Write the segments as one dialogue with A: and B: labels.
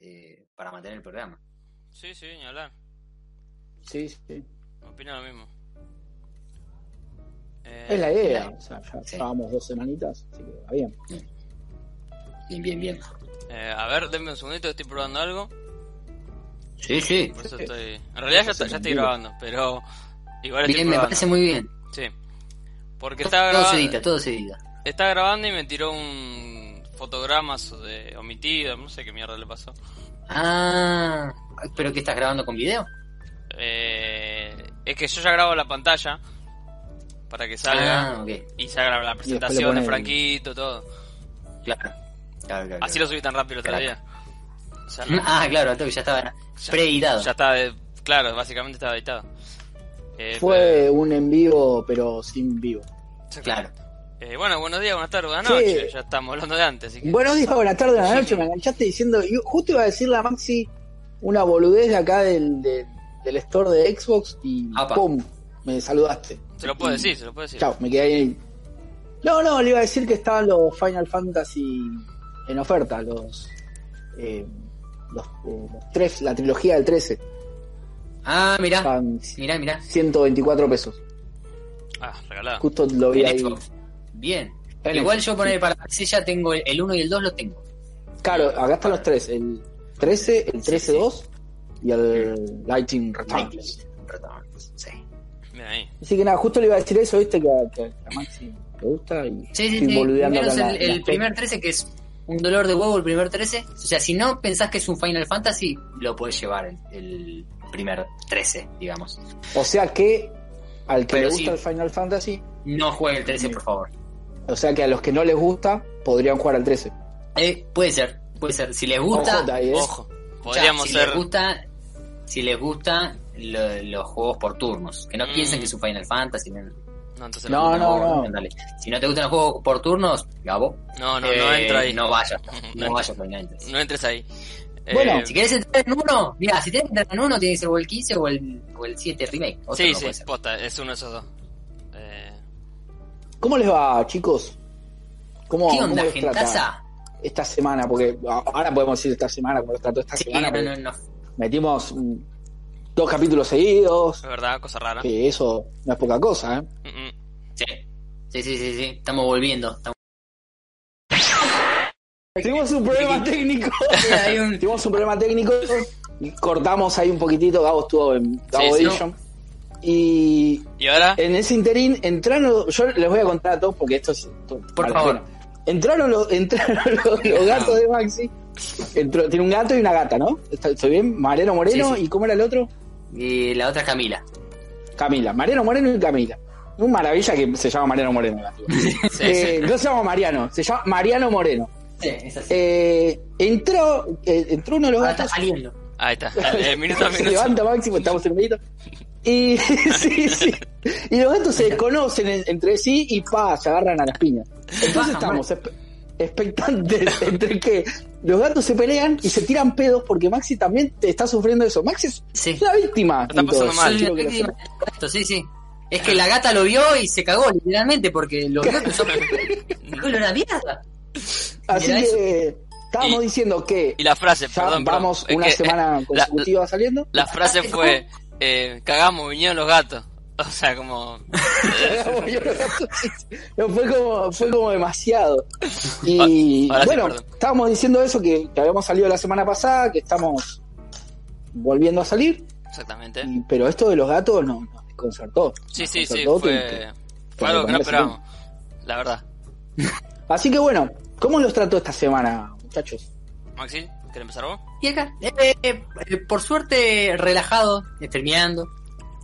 A: eh, para mantener el programa.
B: Sí, sí, ni hablar.
C: Sí,
A: Eh,
C: sí.
B: Opino lo mismo. Eh,
C: Es la idea. O sea, ya
A: Sí.
C: estábamos dos semanitas, así que va bien.
A: Bien, bien, bien.
B: eh, a ver, denme un segundito, estoy probando algo.
A: Sí, sí.
B: Por eso estoy. En realidad ya, está- ya estoy grabando, pero. Igual estoy
A: Bien, me
B: probando.
A: parece muy bien.
B: Sí. Porque está
A: Todo se
B: grabando.
A: edita, todo se edita.
B: Está grabando y me tiró un fotograma so- de- omitido, no sé qué mierda le pasó.
A: Ah, pero que estás grabando con video.
B: Eh, es que yo ya grabo la pantalla para que salga
A: Ah, ok.
B: y ya grabo la
C: le
B: presentación de
C: pone-
B: Franquito, todo.
A: Claro. Claro, claro.
B: Así lo subí tan rápido el otro
A: Crack.
B: día. O sea,
A: claro. Ah, claro, entonces ya estaba preeditado.
B: ya está, eh, claro, básicamente estaba editado. Eh,
C: Fue un en vivo, pero sin vivo.
B: pero-
A: Claro.
B: Eh, bueno, buenos días, buenas tardes, buenas
C: Sí.
B: noches. Ya estamos hablando de antes, así que.
C: Buenos días, buenas tardes, buenas noches. Me enganchaste diciendo. y justo iba a decirle a Maxi una boludez de acá del, de- del store de Xbox y
A: Apa.
C: ¡pum! Me saludaste.
B: se lo puedo decir, se lo puedo decir.
C: Chao, me quedé ahí. No, no, le iba a decir que estaban los Final Fantasy en oferta, los. eh, los, eh, los tres, la trilogía del 13.
A: Ah, mirá.
C: Estaban
A: Mirá, mirá.
C: 124 pesos.
B: Ah, regalado.
C: Justo lo vi ahí.
A: En Xbox. Bien.
C: En
A: Igual
C: Xbox,
A: yo poner para Axis ya tengo el- el 1 y el 2 lo tengo.
C: Claro, acá están los tres: el 13, el 13-2 y
A: Mm.
C: el Lighting Rectangle.
A: Sí.
B: Mira ahí.
C: Así que nada, justo le iba a decir eso, viste, que a, que a Maxi le gusta y
A: Sí, sí,
C: estoy
A: sí.
C: boludeando
A: Menos
C: acá
A: el,
C: la-
A: el
C: la-
A: primer 13 que es un dolor de huevo el primer 13. O sea, si no pensás que es un Final Fantasy, lo podés llevar el, el primer 13, digamos.
C: O sea que al que
A: Pero
C: le gusta
A: sí.
C: el Final Fantasy,
A: No juegue el 13, por favor.
C: o sea que a los que no les gusta, podrían jugar al 13.
A: Eh, puede ser, puede ser. Si les gusta,
C: Ojo, ahí, ¿eh?
B: Ojo,
A: o sea,
B: podríamos
A: si
B: ser.
A: les gusta, si les gusta lo- los juegos por turnos, que no
B: Mm.
A: piensen que es un Final Fantasy. No,
B: No, entonces
C: No, no, no.
A: dale. Si no te gustan los juegos por turnos, Gabo,
B: No, no,
A: eh,
B: no entra ahí.
A: No
B: No,
A: vayas, no
B: No
A: vayas por Final Fantasy.
B: entres ahí. Eh,
C: Bueno,
A: Si querés entrar en uno, mira, si tienes que entrar en uno, tiene que ser o el 15 o el, o el 7 remake. Otro
B: sí,
A: no puede
B: sí,
A: ser.
B: posta, es uno de esos dos. Eh,
C: ¿Cómo les va, chicos? ¿Cómo,
A: ¿Qué
C: cómo
A: onda,
C: los trata
A: gentaza?
C: esta semana? Porque a- ahora podemos decir esta semana, como los trató esta
A: Sí,
C: semana.
A: no,
C: porque
A: no, no.
C: Metimos mm, dos capítulos seguidos,
B: es verdad, cosa
A: ¿Ah?
B: rara.
C: que eso no es poca cosa, ¿eh?
B: Mm, mm.
A: Sí. Sí, sí, sí, sí. Estamos volviendo. Estamos...
C: Tuvimos un problema técnico.
A: Hay un-
C: Tuvimos un problema técnico. y Cortamos ahí un poquitito. Gabo estuvo en Gabo
B: Sí, sí,
C: Edition. Y
B: Y ahora,
C: en ese interín entraron. Yo les voy a contar a todos porque esto es. esto
A: Por
C: vale la
A: favor. Ah.
C: pena. Entraron los, entraron los, los gatos de Maxi. Entró- tiene un gato y una gata, ¿no? Está- ¿Estoy bien? Mariano Moreno
A: Sí, sí.
C: y ¿cómo era el otro?
A: Y la otra es Camila.
C: Camila. Mariano Moreno y Camila. Un maravilla que se llama Mariano Moreno. la tipa. Eh, No se llama Mariano, se llama Mariano Moreno.
A: Sí, es así.
C: Eh, entró, eh, entró uno de
B: Ah,
C: los
A: Ahora Ah, está
C: gatos.
A: saliendo.
B: ahí está. Eh, minuto a
C: se
B: minuto.
C: levanta máximo, estamos en un minuto. Y, sí, sí. y los gatos se desconocen en- entre sí y pa, se agarran a las piñas. Entonces
A: Ah,
C: estamos espe- expectantes entre que los gatos se pelean y se tiran pedos porque Maxi también te está sufriendo eso. Maxi es
A: Sí.
C: la víctima.
B: Está
C: en todo
B: pasando
C: esto,
B: mal.
C: quiero que lo
A: Sí,
C: sepas.
A: Esto, sí, sí. Es que la gata lo vio y se cagó, literalmente, porque lo vio y pensó "Dijo, "Lo una mierda.
C: Así
A: Mirá eso.
C: que estábamos
B: Y-
C: diciendo que
B: Y la frase,
C: ya
B: perdón, perdón,
C: vamos
B: es
C: una
B: que, eh, la-
C: semana consecutiva saliendo.
B: La frase fue: eh, Cagamos, vinieron los gatos. O sea, como.
C: Hagamos llorar a sus hijos. No, fue como, fue como demasiado. Y
B: Ah, ahora sí,
C: bueno,
B: perdón.
C: estábamos diciendo eso, que, que habíamos salido la semana pasada, que estamos volviendo a salir,
B: Exactamente.
C: y- pero esto de los gatos no, nos desconcertó.
B: Sí,
C: Nos
B: sí, sí.
C: desconcertó que- que-
B: Fue, fue algo que no
C: que-
B: esperábamos. La verdad.
C: Así que bueno, ¿cómo los trató esta semana, muchachos?
B: Maxi, ¿querés empezar vos?
A: Y acá, eh, eh, eh, por suerte, relajado, eh, terminando.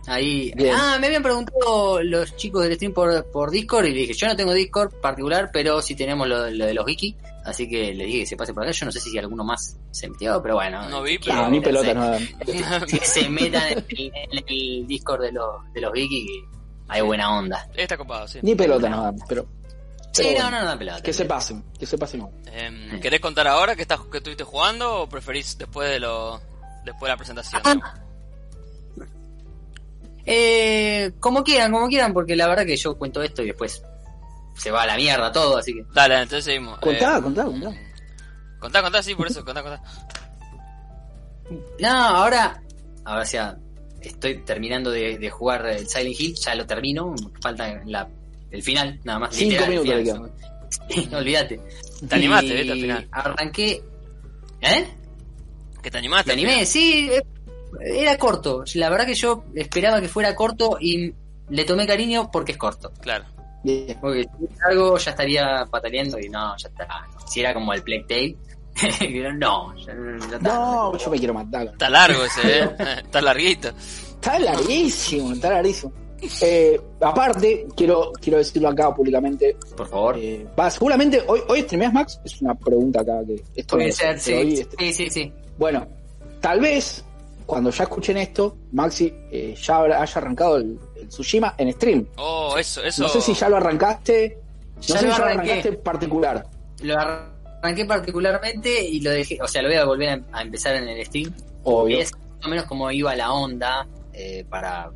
A: Ahí.
C: Bien.
A: Ah, me habían preguntado los chicos del stream por, por Discord y le dije, yo no tengo Discord particular, pero sí tenemos lo, lo de los wiki. Así que le dije que se pase por acá. Yo no sé si alguno más se metió, pero bueno.
B: No vi,
A: que
B: pero-
A: quieran
C: a mí
A: meterse.
C: pelota no dan.
A: que se metan en el, en el Discord de los, de los Vicky, que hay buena onda.
B: Está copado, sí.
C: Ni pelota nos dan, pero
A: Sí,
C: Pero
A: no,
C: bueno,
A: no, no, pelota.
C: que se pasen, que se pasen. hoy.
B: Em, ¿Querés contar ahora que, estás, que estuviste jugando o preferís después de lo después de la presentación?
A: Ah. Eh, como quieran, como quieran, porque la verdad que yo cuento esto y después se va a la mierda todo, así que.
B: Dale, entonces seguimos.
C: Contá,
B: Eh,
C: contá, contá.
B: Contá, contá, sí, por eso, contá, contá.
A: No, ahora. Ahora sea, estoy terminando de, de jugar el Silent Hill, ya lo termino, falta la, el final, nada más.
C: Cinco
A: literal, el
C: minutos
A: final. Sí, olvídate.
B: Te animaste,
A: Y
B: viste, al final.
A: Arranqué. ¿Eh?
B: Que te animaste.
A: Te animé, sí. eh, Era corto. La verdad que yo esperaba que fuera corto y le tomé cariño porque es corto.
B: Claro.
C: Bien.
A: Porque si es largo ya estaría pataleando y no, ya está. Si era como el Plague Tale. pero no, ya, ya está.
C: No, yo me quiero matar.
B: Está largo ese, ¿eh? Está larguito.
C: Está larguísimo, está larguísimo. Eh, aparte, quiero, quiero decirlo acá públicamente.
A: Por favor.
C: eh, va, seguramente hoy, hoy streameas Max, es una pregunta acá que esto
A: Puede
C: no-
A: ser,
C: pero hoy
A: sí.
C: este-
A: Sí, sí, sí.
C: Bueno, tal vez cuando ya escuchen esto, Maxi eh, ya habrá- haya arrancado el, el Tsushima en stream.
B: Oh, eso, eso.
C: No sé si ya lo arrancaste. No
A: Ya
C: sé
A: lo
C: si ya lo
A: arranqué.
C: arrancaste particular.
A: Lo arranqué particularmente y lo dejé. O sea, lo voy a volver a, a empezar en el Steam.
C: Obvio.
A: Es más o menos como iba la onda eh, para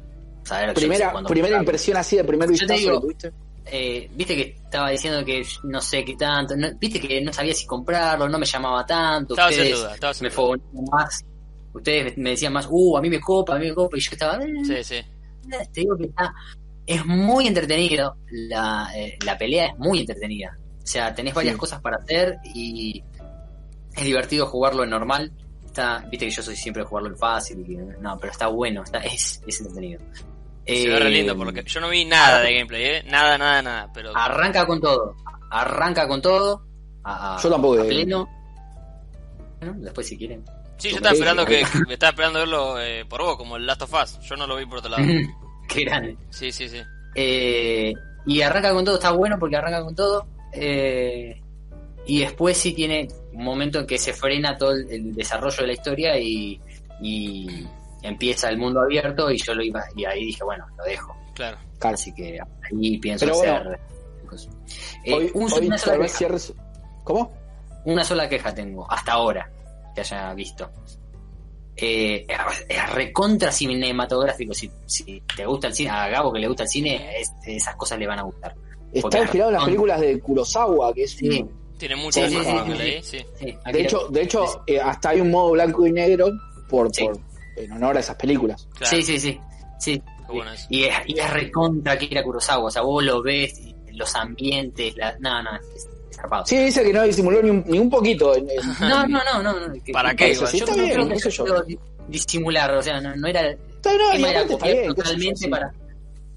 A: saber yo qué sé,
C: Primera,
A: cuándo
C: primera
A: empezar.
C: impresión así de primer
A: Yo te
C: vistazo
A: digo,
C: que tuviste.
A: eh, viste que estaba diciendo que no sé qué tanto, no- viste que no sabía si comprarlo, no me llamaba tanto,
B: Estaba sin
A: ustedes
B: duda, estaba sin
A: me
B: duda.
A: fogoneaban más, ustedes me decían más, uh, a mí me copa, a mí me copa, y yo estaba, eh,
B: Sí, sí.
A: te digo que está, es muy entretenido, la, eh, la pelea es muy entretenida, o sea, tenés varias
C: Sí.
A: cosas para hacer y es divertido jugarlo en normal, está, viste que yo soy siempre de jugarlo en fácil, y, no, pero está bueno, está, es, es entretenido. Eh,
B: Se ve re lindo, por
A: porque
B: lo que- Yo no vi nada de gameplay, ¿eh? Nada, nada, nada. Pero.
A: Arranca con todo. Arranca con todo. A, a-
C: Yo tampoco,
A: a
C: eh.
A: pleno. Bueno, después si quieren.
B: Sí, yo estaba
C: Sí.
B: esperando que. Me estaba esperando verlo eh, por vos, como el Last of Us. Yo no lo vi por otro lado.
A: Qué grande.
B: Sí, sí, sí.
A: Eh, y arranca con todo. Está bueno porque arranca con todo. Eh, y después sí tiene un momento en que se frena todo el, el desarrollo de la historia y, y empieza el mundo abierto y yo lo iba y ahí dije bueno lo dejo
B: Claro.
C: Claro.
A: así que ahí pienso
C: Pero bueno.
A: hacer Eh,
C: hoy,
A: un-
C: hoy
A: una, sola
C: tal vez
A: queja,
C: cierres- ¿Cómo?
A: una sola queja tengo hasta ahora que haya visto. Eh, es recontra cinematográfico. Si, si te gusta el cine, a Gabo que le gusta el cine, es- esas cosas le van a gustar.
C: Está
A: Porque-
C: inspirado en las
A: no.
C: películas de Kurosawa, que es un-
A: Sí.
B: Tiene mucho
C: Sí, sí,
B: por
C: sí,
B: lo que
A: sí,
B: leí, sí.
A: Sí, aquí
C: De
A: la-
C: hecho, de hecho eh, hasta hay un modo blanco y negro por,
A: Sí.
C: por- en honor a esas películas.
B: Claro.
A: sí, sí, sí. sí.
B: Qué bueno eso.
A: Y es, y es recontra Akira Kurosawa. O sea, vos lo ves, y los ambientes, la, no, no, es, es zarpado.
C: Sí, dice que no disimuló ni un, ni un poquito. en- en-
A: No, no, no, no. no, que-
B: ¿Para qué?
A: Yo
B: igual?
C: Sí,
A: no
C: está bien,
A: creo
C: qué
A: que
C: sé yo.
A: yo disimular, o sea, no, no era el
C: Está, no, y
A: tema de
C: aparte está bien, qué sé yo,
A: totalmente
C: sí.
A: para.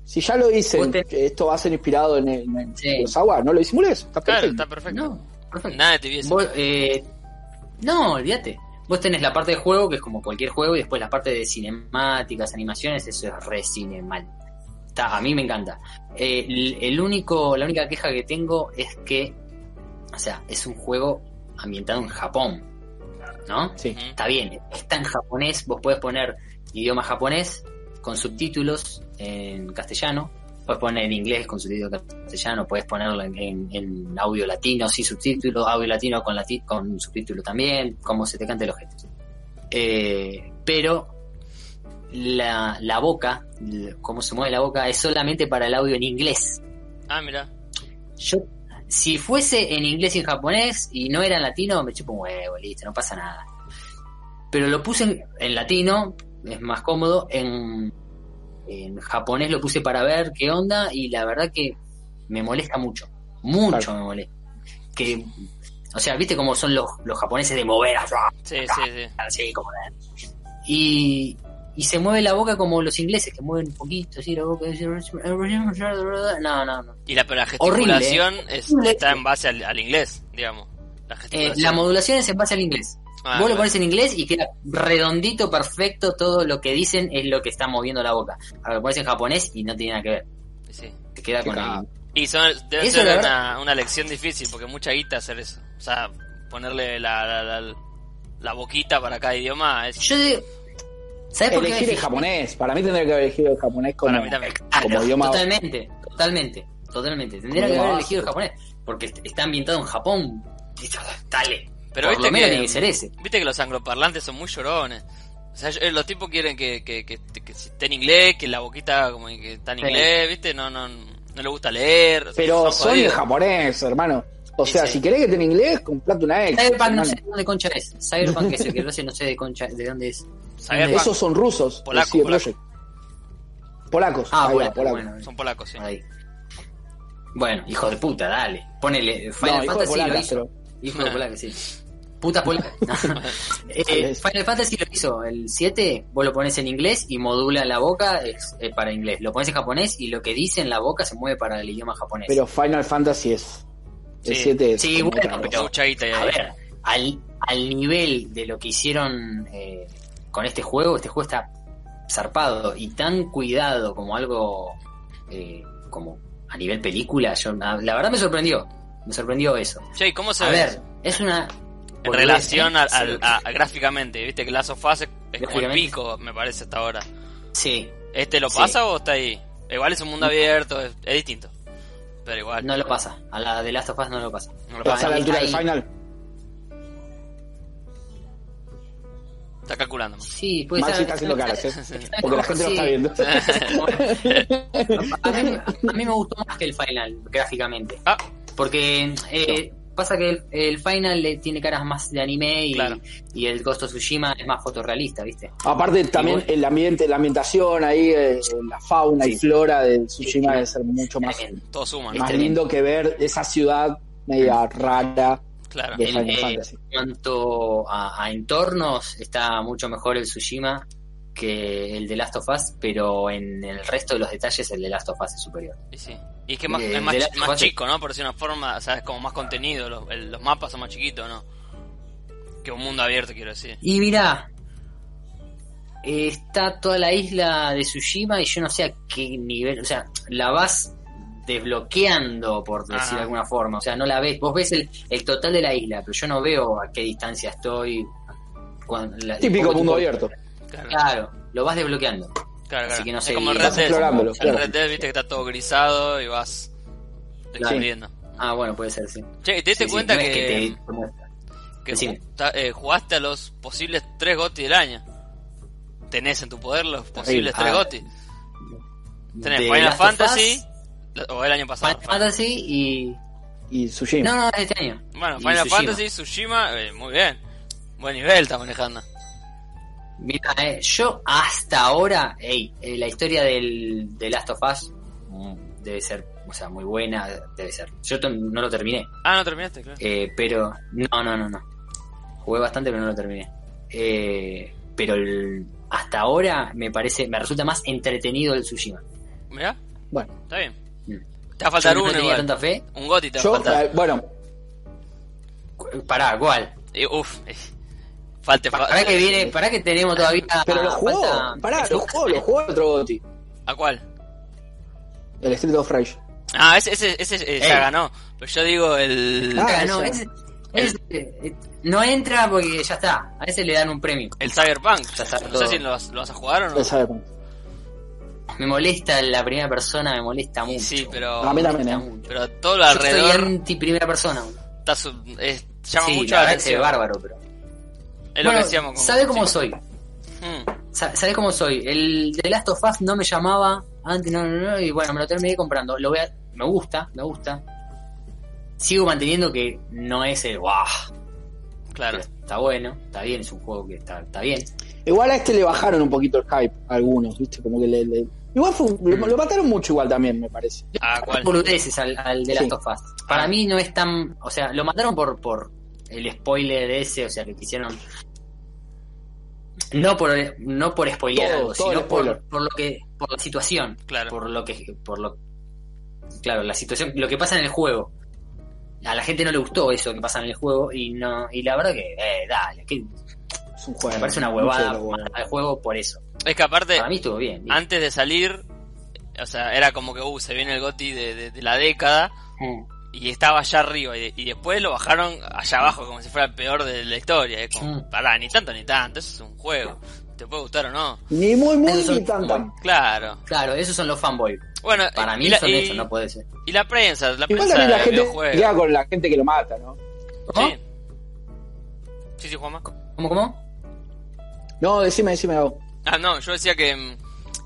C: Si ya lo dicen,
A: Vos te-
C: que esto va a ser inspirado en, en- en
A: Sí.
C: Kurosawa, no lo disimules. Está
B: Claro,
C: perfecto.
B: está perfecto.
A: No, perfecto.
B: Nada de tibieza.
A: Vos, eh, no, olvídate. Vos tenés la parte de juego, que es como cualquier juego, y después la parte de cinemáticas, animaciones, eso es re cinemal. Está, a mí me encanta. Eh, el, el único, la única queja que tengo es que, o sea, es un juego ambientado en Japón, ¿no?
C: Sí.
B: Ujú.
A: Está bien, está en japonés, vos podés poner idioma japonés con subtítulos en castellano, puedes poner en inglés con subtítulos en castellano, puedes ponerlo en, en- en audio latino sin subtítulos, audio latino con, lati- con subtítulo también, como se te cante los gestos. Eh, pero la, la boca, l- cómo se mueve la boca, es solamente para el audio en inglés.
B: Ah, mira.
A: Yo, si fuese en inglés y en japonés y no era en latino, me chupo un huevo, listo, no pasa nada. Pero lo puse en, en latino, es más cómodo, en, En japonés lo puse para ver qué onda y la verdad que me molesta mucho. Mucho
C: Claro.
A: me molesta. Que, o sea, viste cómo son los, los japoneses de mover
B: Sí, sí, sí.
A: así como de- y, y se mueve la boca como los ingleses que mueven un poquito así la boca así, no no no
B: Y la, pero la
A: Horrible, ¿eh?
B: gesticulación es-
A: Horrible.
B: está en base al, al inglés, digamos. La
A: Eh,
B: gesticulación.
A: la modulación es en base al inglés vos
B: Ah,
A: lo
B: claro.
A: pones en inglés y queda redondito perfecto todo lo que dicen es lo que está moviendo la boca ahora lo pones en japonés y no tiene nada que ver
B: Sí.
A: te queda con el,
B: Y son, debe
A: Eso,
B: ser
A: la
B: una, una lección difícil, porque mucha guita hacer eso. O sea, ponerle la, la, la- la boquita para cada idioma es...
A: yo digo ¿sabes por qué
C: Elegir el japonés. Para mí tendría que haber elegido el japonés como,
B: Para mí también.
C: como idioma.
A: Ah, totalmente totalmente totalmente tendría
C: Como
A: que haber
C: idioma
A: elegido el
C: básico.
A: japonés porque está ambientado en Japón dale
B: Pero
A: por
B: viste
A: lo menos
B: que-
A: tiene que ser ese
B: Viste que los angloparlantes son muy llorones. O sea, yo- eh, los tipos quieren que, que, que, que esté en inglés, que la boquita como que está en
A: Sí.
B: inglés, ¿viste? No, no, no le gusta leer. o sea,
C: Pero soy
B: jodidos.
C: el japonés, hermano. O
B: Sí,
C: sea,
B: sí.
C: si querés que esté en inglés, comprate una ex.
A: Cyberpunk no
C: hermano.
A: sé de dónde concha es. Cyberpunk es el que lo hace, no sé de concha de dónde es.
B: Cyberpunk
C: Esos son rusos.
B: Polaco,
C: Polaco, CD
B: polaco.
C: Projekt. Polacos.
A: Ah,
C: ahí va,
A: bueno,
C: polaco.
A: bueno.
B: Son polacos, sí.
A: Ahí. Bueno, hijo de puta, dale. Ponele. Final
C: No, hijo
A: Fantasy
C: de
A: lo
C: polacas,
A: hizo.
C: pero
A: Hijo de polaca, sí. Puta polaca. No. Eh, Final Fantasy lo hizo. El 7, vos lo pones en inglés y modula la boca es, eh, para inglés. Lo pones en japonés y lo que dice en la boca se mueve para el idioma japonés.
C: pero Final Fantasy es. El
B: Sí.
C: 7 es.
A: Sí,
C: como
A: bueno,
C: otra cosa.
A: pero-
B: Mucha guita ahí.
A: A ver, al, al nivel de lo que hicieron eh, con este juego, este juego está zarpado y tan cuidado como algo eh, como a nivel película. Yo, na- la verdad me sorprendió, me sorprendió eso.
B: Che, ¿y ¿cómo se
A: A
B: ve?
A: ver, es una
B: En
A: boludez,
B: relación
A: ¿eh?
B: al,
A: Sí,
B: al- a- a- gráficamente, viste que Last of Us es, es como el
A: Gráficamente.
B: pico, me parece, hasta ahora.
A: sí,
B: ¿Este lo
A: Sí.
B: pasa o está ahí? Igual es un mundo abierto, es, es distinto. Pero igual,
A: no lo pasa. A la de Last of Us no lo pasa.
B: no lo
C: Pero
B: pasa.
C: ¿Está a la
A: ahí-
C: altura del
A: ahí-
C: final?
B: Está calculando.
A: Sí, puede
C: Maxi
A: ser.
C: está haciendo caras, ¿eh?
A: Está
C: Porque la gente lo
A: sí.
C: está viendo.
A: A mí, a mí me gustó más que el final, gráficamente.
B: Ah,
A: Porque eh, pasa que el, el Final eh, tiene caras más de anime y,
B: Claro.
A: y el Ghost of Tsushima es más fotorrealista, ¿viste?
C: Aparte también
A: bueno.
C: el ambiente, la ambientación ahí, eh, la fauna y
A: Sí.
C: flora de Tsushima
A: Sí.
C: debe ser mucho más,
A: Tremendo.
B: todo suma, ¿no?
C: más
A: tremendo.
C: lindo que ver esa ciudad media rara
B: Claro.
C: de
A: El-
C: Final
A: eh,
C: Fantasy.
A: En cuanto a, a entornos, está mucho mejor el Tsushima que el de Last of Us, pero en el resto de los detalles el de Last of Us es superior.
B: Y, sí. y es que más,
A: Eh,
B: es más,
A: de la-
B: chi- más chico, ¿no? Por decir una forma, o sea, es como más contenido, los, el- los mapas son más chiquitos, ¿no? Que un mundo abierto, quiero decir.
A: Y mirá, eh, está toda la isla de Tsushima y yo no sé a qué nivel, o sea, la vas desbloqueando, por decir
B: Ajá.
A: de alguna forma. O sea, no la ves, vos ves el, el total de la isla, pero yo no veo a qué distancia estoy. cuán- la- el
C: Típico
A: poco
C: mundo
A: tiempo-
C: abierto.
B: Claro, claro,
A: Claro, lo vas desbloqueando.
B: claro.
A: Así que no
B: Es
A: sé,
B: como el
A: y
B: Red
C: vas
B: Dead.
C: explorándolo,
B: El
C: claro.
B: Red Dead, viste que está todo grisado y vas descubriendo.
A: Ah, bueno, puede ser, sí.
B: Che, ¿y ¿te diste
A: Sí, sí,
B: cuenta
A: no es
B: que,
A: te- te muestra.
B: que
A: Decime.
B: ju- ta- eh, jugaste a los posibles tres GOTI del año. Tenés en tu poder los posibles
A: Ah.
B: tres GOTI. Tenés
A: De
B: Final
A: Last of Us,
B: Fantasy, la- o el año pasado.
A: Final Fantasy y.
C: Y Tsushima.
A: No, no, es este año.
B: Bueno,
A: Y
B: Final
A: Tsushima.
B: Fantasy, Tsushima, eh, muy bien. Buen nivel está manejando.
A: Mira, eh, yo hasta ahora, ey, eh, la historia del, de Last of Us mm, debe ser, o sea, muy buena, debe ser. Yo to- no lo terminé,
B: Ah, no terminaste, claro.
A: eh, pero. No, no, no, no. Jugué bastante, pero no lo terminé. Eh, pero el- hasta ahora me parece, me resulta más entretenido el Tsushima.
B: Mirá,
C: Bueno,
B: está bien.
A: Mm.
B: Te va a faltar
A: Yo no
B: uno
A: tenía
B: igual.
A: tanta fe.
B: Un goti te va a
C: yo,
B: faltar.
C: eh, bueno,
A: Cu- Pará, ¿cuál?
B: Eh, uf, eh, falte, fa-
A: Pará que viene, pará que tenemos todavía.
C: pero lo jugó.
A: Ah, falta-
C: Pará, lo jugó, lo jugó el otro Goti.
B: ¿A cuál?
C: El Street of Rage.
B: Ah, ese, ese, ese eh, ya
A: Ey.
B: ganó. Pero yo digo el,
C: Ah,
A: Ah, no,
C: ese.
A: ese- ese- eh, no entra porque ya está. A ese le dan un premio.
B: el Cyberpunk.
A: Ya está
B: No sé
A: todo.
B: si lo vas, lo vas a jugar o no.
C: Ya sabemos.
A: Me molesta la primera persona, me molesta mucho.
B: Sí, pero,
C: A mí
A: Me
C: también,
A: molesta
C: eh.
A: mucho.
B: pero todo lo
A: Yo soy
B: alrededor
A: anti primera persona. boludo.
B: está su- es- llama
A: sí,
B: mucho
A: la
B: la
A: verdad que se ve
B: atención.
A: bárbaro, pero.
B: Es lo que
A: Bueno,
B: decíamos. con-
A: ¿Sabe cómo
B: sí.
A: soy?
B: Mm,
A: Sa- ¿Sabés cómo soy? El de Last of Us no me llamaba antes, no, no, no, y bueno, me lo terminé comprando. Lo voy a, me gusta, me gusta. Sigo manteniendo que no es el guau.
B: claro.
A: pero Está bueno, está bien, es un juego que está, está bien.
C: Igual a este le bajaron un poquito el hype a algunos, ¿viste? Como que le, le- Igual fue un- lo, lo mataron mucho igual también, me parece.
B: Ah, ¿cuál? Ah.
A: Boludeces al, al de
C: Sí.
A: Last of Us. Para mí no es tan. O sea, lo mataron por, por el spoiler ese, o sea, que quisieron. No por, no por spoilear
C: Todo,
A: algo,
C: todo el
A: sino por,
C: spoiler.
A: por lo que. por la situación.
B: Claro.
A: Por lo que. por lo Claro, la situación, lo que pasa en el juego. A la gente no le gustó eso que pasa en el juego y no y la verdad que, eh, dale, que
C: Es un juego.
A: me parece una
C: mucho de
A: huevada
C: lo bueno.
A: matar al juego por eso.
B: Es que aparte,
A: Para mí estuvo bien. bien.
B: antes de salir, o sea, era como que, uh, se viene el Goti de, de- de la década
A: Mm,
B: y estaba allá arriba y, y después lo bajaron allá abajo como si fuera el peor de la historia. Es como,
A: Mm.
B: pará, ni tanto ni tanto, eso es un juego. ¿Te puede gustar o no?
C: Ni muy, muy,
A: Esos
C: ni
A: son-
C: tan, tan.
B: Claro.
A: Claro, esos son los fanboys.
B: Bueno,
A: Para
B: y
A: mí
B: Eh, la-
A: son
B: y-
A: eso, no puede ser.
B: Y la prensa, la
C: Igual
B: prensa
C: también la
B: de
C: gente
B: videojuegos.
C: queda con la gente que lo mata, ¿no?
A: ¿Cómo?
B: Sí. Sí, sí, Juanma.
A: ¿Cómo, cómo?
C: No, decime, decime vos.
B: Ah, no, yo decía que, mm,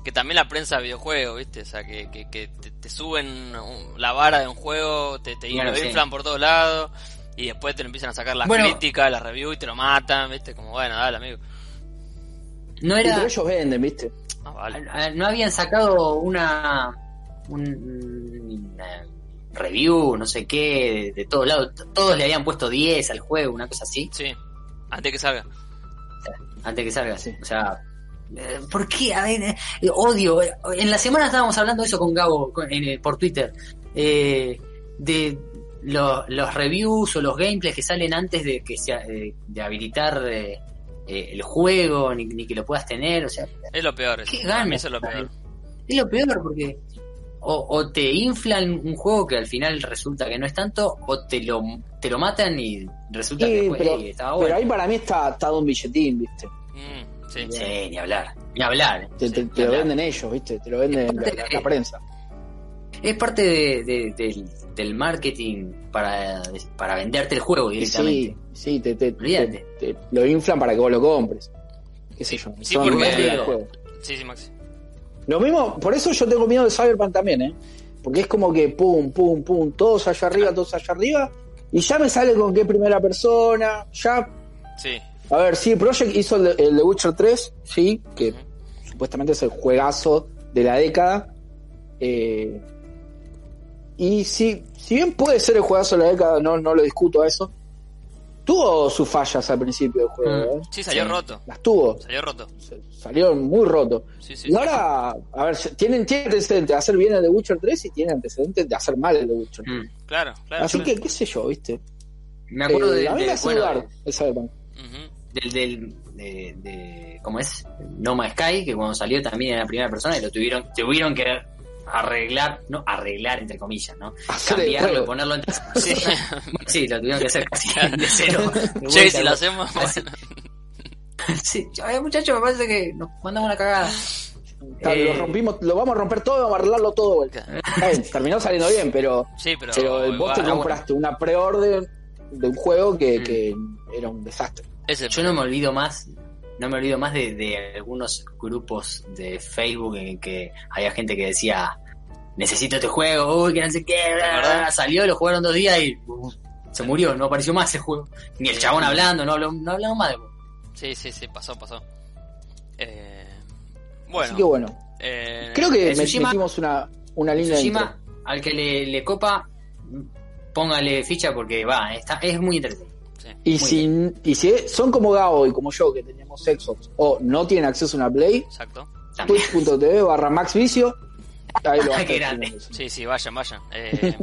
B: que también la prensa de videojuegos, ¿viste? O sea, que, que, que te, te suben un- la vara de un juego, te, te
A: Claro,
B: lo
A: sí.
B: inflan por todos lados y después te lo empiezan a sacar las
A: Bueno.
B: críticas, las reviews y te lo matan, ¿viste? Como, bueno, dale, amigo.
A: No
C: Pero
A: era.
C: ellos venden, ¿viste?
B: Ah, vale.
A: a- a- No habían sacado una. un- una review, no sé qué, de, de todos lados. T- Todos le habían puesto 10 al juego, una cosa así,
B: Sí, antes que salga.
A: antes que salga.
C: Sí.
A: O sea. eh, ¿Por qué? A ver, eh, odio. Eh, En la semana estábamos hablando eso con Gabo con- en- eh, por Twitter. eh, de lo- los reviews o los gameplays que salen antes de que sea, eh, de habilitar eh, eh, el juego, ni, ni que lo puedas tener. O sea,
B: Es lo peor. eso.
A: Qué
B: Para mí
A: ganas,
B: eso es lo peor.
A: Es lo peor porque o, o te inflan un juego que al final resulta que no es tanto, o te lo, te lo matan y resulta que
C: Sí,
A: después
C: pero,
A: "Ey, estaba
C: pero
A: bueno.
C: ahí para mí está, está de un billetín, ¿viste?
B: Mm, sí.
A: Sí, ni hablar, ni hablar.
C: Te, te- te
A: ni
C: lo
A: hablar.
C: venden ellos, ¿viste? Te lo venden la, la- la prensa.
A: Es parte de- de- del, del marketing para, para venderte el juego
C: Y
A: directamente.
C: sí, sí, te, te,
A: Olvídate.
C: te- te- lo inflan para que vos lo compres. ¿Qué sé yo?
B: Sí,
C: son
B: porque-
C: las reglas del juego.
B: Sí, sí, Maxi.
C: Lo mismo, por eso yo tengo miedo de Cyberpunk también, ¿eh? Porque es como que pum, pum, pum, todos allá arriba, todos allá arriba, y ya me sale con qué primera persona, ya...
B: Sí.
C: A ver, sí, Project hizo el, de- el de Witcher 3, sí, que supuestamente es el juegazo de la década. eh, y sí, si bien puede ser el juegazo de la década, no, no lo discuto a eso, tuvo sus fallas al principio del juego, ¿eh?
B: Sí, salió
A: Sí.
B: roto.
C: Las tuvo,
B: Salió roto.
C: se- salió muy roto.
B: Sí, sí.
C: Y ahora, a ver, tienen, tienen antecedentes de hacer bien el de Witcher 3 y tienen antecedentes de hacer mal el de Witcher.
A: Mm.
B: Claro, claro.
C: Así
B: claro.
C: que, qué sé yo, ¿viste?
A: Me acuerdo
C: Eh,
A: de-
C: a mí
A: de-
C: me hace
A: bueno,
C: dudar el Cyberpunk.
B: Ujú.
A: del, del de, de- ¿cómo es? No Man's Sky, que cuando salió también era la primera persona y lo tuvieron, tuvieron que arreglar, no arreglar entre comillas, ¿no?
C: Hacer el
A: Cambiarlo,
C: juego.
A: ponerlo en tercera
B: Sí.
A: persona. Bueno, sí, lo tuvieron que hacer casi de cero. De vuelta,
B: Che, si lo
A: ¿no?
B: hacemos,
A: Así.
B: bueno.
A: Sí, Ay, muchachos, me parece que nos mandamos una cagada.
C: Ta-
A: Eh,
C: lo rompimos, lo vamos a romper todo, vamos a arreglarlo todo. de vuelta. Está bien, terminó saliendo bien, pero,
B: Sí, pero.
C: pero vos
B: igual,
C: te
B: ah, bueno.
C: compraste una preorden de un juego que,
A: Mm.
C: que era un desastre.
B: Ese-
A: Yo no me olvido más, no me olvido más de, de algunos grupos de Facebook en que había gente que decía, necesito este juego, uy, que no sé qué, bla, bla, bla". salió, lo jugaron dos días y uh, se murió, no apareció más el juego. Ni el chabón hablando, no habló, no hablamos más del juego.
B: Sí, sí, sí, pasó, pasó. Eh,
C: Así que
B: bueno,
C: bueno,
B: eh,
C: creo que
A: eh,
C: me-
A: Tsushima-
C: metimos una, una línea de
A: Tsushima, al que le, le copa, póngale ficha porque va, está, es muy interesante.
B: sí.
C: Y
A: Muy
C: si, y si son como Gao y como yo que tenemos Xbox o no tienen acceso a una Play,
B: Exacto.
A: También.
C: twitch.tv barra maxvicio, ahí lo vas a
A: Qué
C: estar
A: grande.
C: escribiendo.
B: Sí, sí, vayan, vayan. Eh,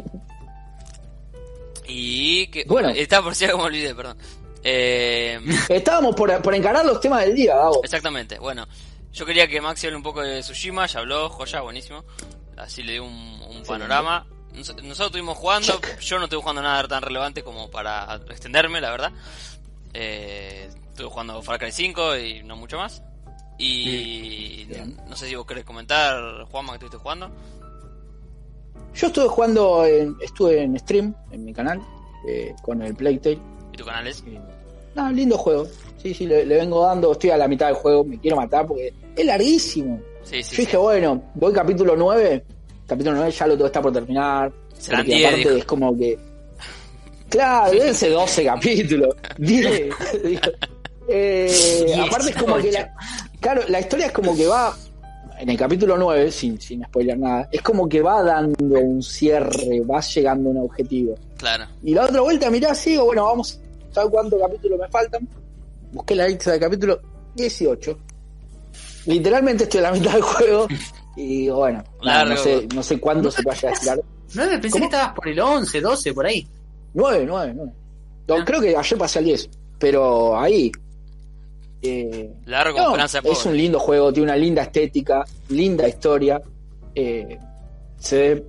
B: y que...
C: Bueno.
B: Estaba por si algo me olvidé, perdón. Eh,
C: Estábamos por, por encarar los temas del día, Gabo.
B: exactamente, bueno. Yo quería que Maxi hable un poco de Tsushima, ya habló, joya, buenísimo. Así le di un, un panorama. Nos- Nosotros estuvimos jugando, yo no estuve jugando nada tan relevante como para extenderme, la verdad. Eh, estuve jugando Far Cry 5 y no mucho más. Y
C: Bien.
B: no sé si vos querés comentar, Juanma, que estuviste jugando.
C: Yo estuve jugando, en- estuve en stream en mi canal eh, con el Playtale.
B: Y tu canal es.
C: Eh, no, lindo juego. Sí, sí, le, le vengo dando, estoy a la mitad del juego, me quiero matar porque es larguísimo.
B: Sí, sí.
C: Yo
B: sí.
C: dije, bueno, voy capítulo 9. Capítulo 9 ya lo todo está por terminar.
B: Serán
C: Porque
B: 10,
C: aparte
B: dijo.
C: es como que. Claro, dense 12 capítulos. 10. digo. Eh,
A: Diez,
C: aparte es como que.
A: ocho.
C: La, claro, la historia es como que va. en el capítulo 9, sin, sin spoiler nada, es como que va dando un cierre, va llegando a un objetivo.
B: Claro.
C: Y la otra vuelta, mirá, sigo, bueno, vamos, ¿sabes cuántos capítulos me faltan? Busqué la lista del capítulo 18. Literalmente estoy a la mitad del juego y digo, bueno, nada, no,
B: Largo.
C: sé, no sé cuándo se vaya a estirar.
A: 9, pensé
C: ¿Cómo?
A: que estabas por el 11, 12, por ahí.
C: 9, 9, 9.
A: Ah.
C: Creo que ayer pasé al 10, pero ahí. eh,
B: Largo
C: No,
B: como esperanza de
C: es
B: pobre.
C: un lindo juego, tiene una linda estética, linda historia. eh, se ve-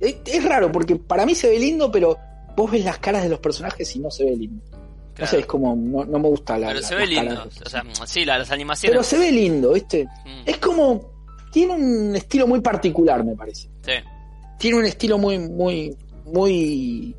C: es, es raro porque para mí se ve lindo, pero vos ves las caras de los personajes y no se ve lindo. No
B: Claro.
C: sé, es como, no, no me gusta la.
B: Pero
C: la-
B: se ve
C: las
B: lindo.
C: caras.
B: O sea, sí, la- las
C: pero
B: animaciones.
C: se ve lindo, ¿viste?
B: Mm,
C: Es como. Tiene un estilo muy particular, me parece.
B: sí.
C: Tiene un estilo muy, muy, muy.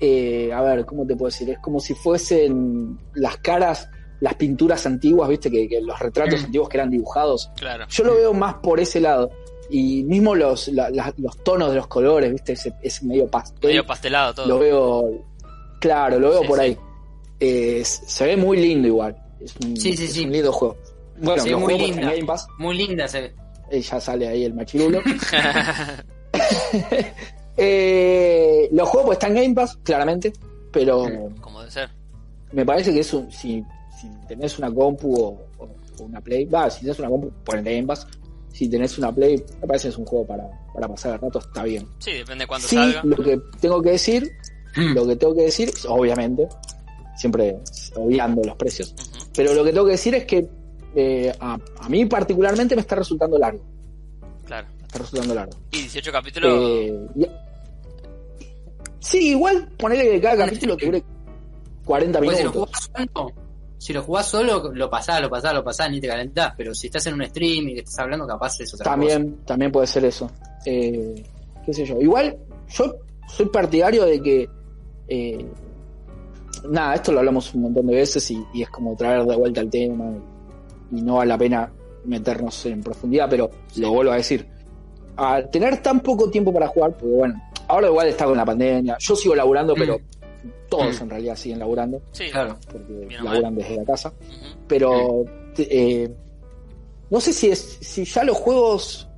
C: eh, a ver, ¿cómo te puedo decir? Es como si fuesen las caras, las pinturas antiguas, ¿viste? Que, que los retratos antiguos que eran dibujados.
B: Claro.
C: Yo lo veo más por ese lado. Y mismo los, la- la- los tonos de los colores, ¿viste? Ese, ese medio pastel.
B: Medio pastelado todo.
C: lo veo. Claro, lo veo
B: Sí,
C: por
B: sí.
C: ahí. Eh, s- se ve muy lindo igual. Es un,
A: Sí, sí,
C: es
A: sí.
C: un lindo juego. Bueno,
A: Se ve
C: lo
A: muy
C: juego por- en
A: linda.
C: Game Pass.
A: Muy linda se ve.
C: eh, ya sale ahí el machirulo. Eh, los juegos pues, están en Game Pass, claramente. Pero
B: como debe ser.
C: me parece que es un. Si, si tenés una compu o, o- o una Play. Va, si tenés una compu, ponete Game Pass. Si tenés una Play, me parece que es un juego para, para pasar el rato, está bien.
B: Sí, depende de cuándo
C: Sí,
B: salga.
C: lo que tengo que decir,
A: Mm.
C: lo que tengo que decir, obviamente, siempre obviando los precios,
B: Ujú.
C: pero lo que tengo que decir es que eh, a, a mí particularmente me está resultando largo,
B: Claro.
C: me está resultando largo.
B: Y 18 capítulos.
C: Eh, y- sí, igual ponerle que cada capítulo te dure 40
A: Pues si lo
C: minutos.
A: jugás solo, si lo jugás solo, lo pasás, lo pasás, lo pasás, ni te calentás. Pero si estás en un stream y que estás hablando, capaz es otra cosa.
C: También, también puede ser eso. Eh, qué sé yo. Igual, yo soy partidario de que. eh, nada, esto lo hablamos un montón de veces y, y es como traer de vuelta al tema y, y no vale la pena meternos en profundidad, pero lo vuelvo a decir. Al tener tan poco tiempo para jugar, porque bueno, ahora igual está con la pandemia, yo sigo laburando,
A: Mm.
C: pero todos
A: Mm.
C: en realidad siguen laburando,
B: sí.
A: Claro.
C: porque
B: Bien o mal.
C: laburan desde la casa
B: Ujú.
C: pero te- eh, no sé si es, si ya los juegos,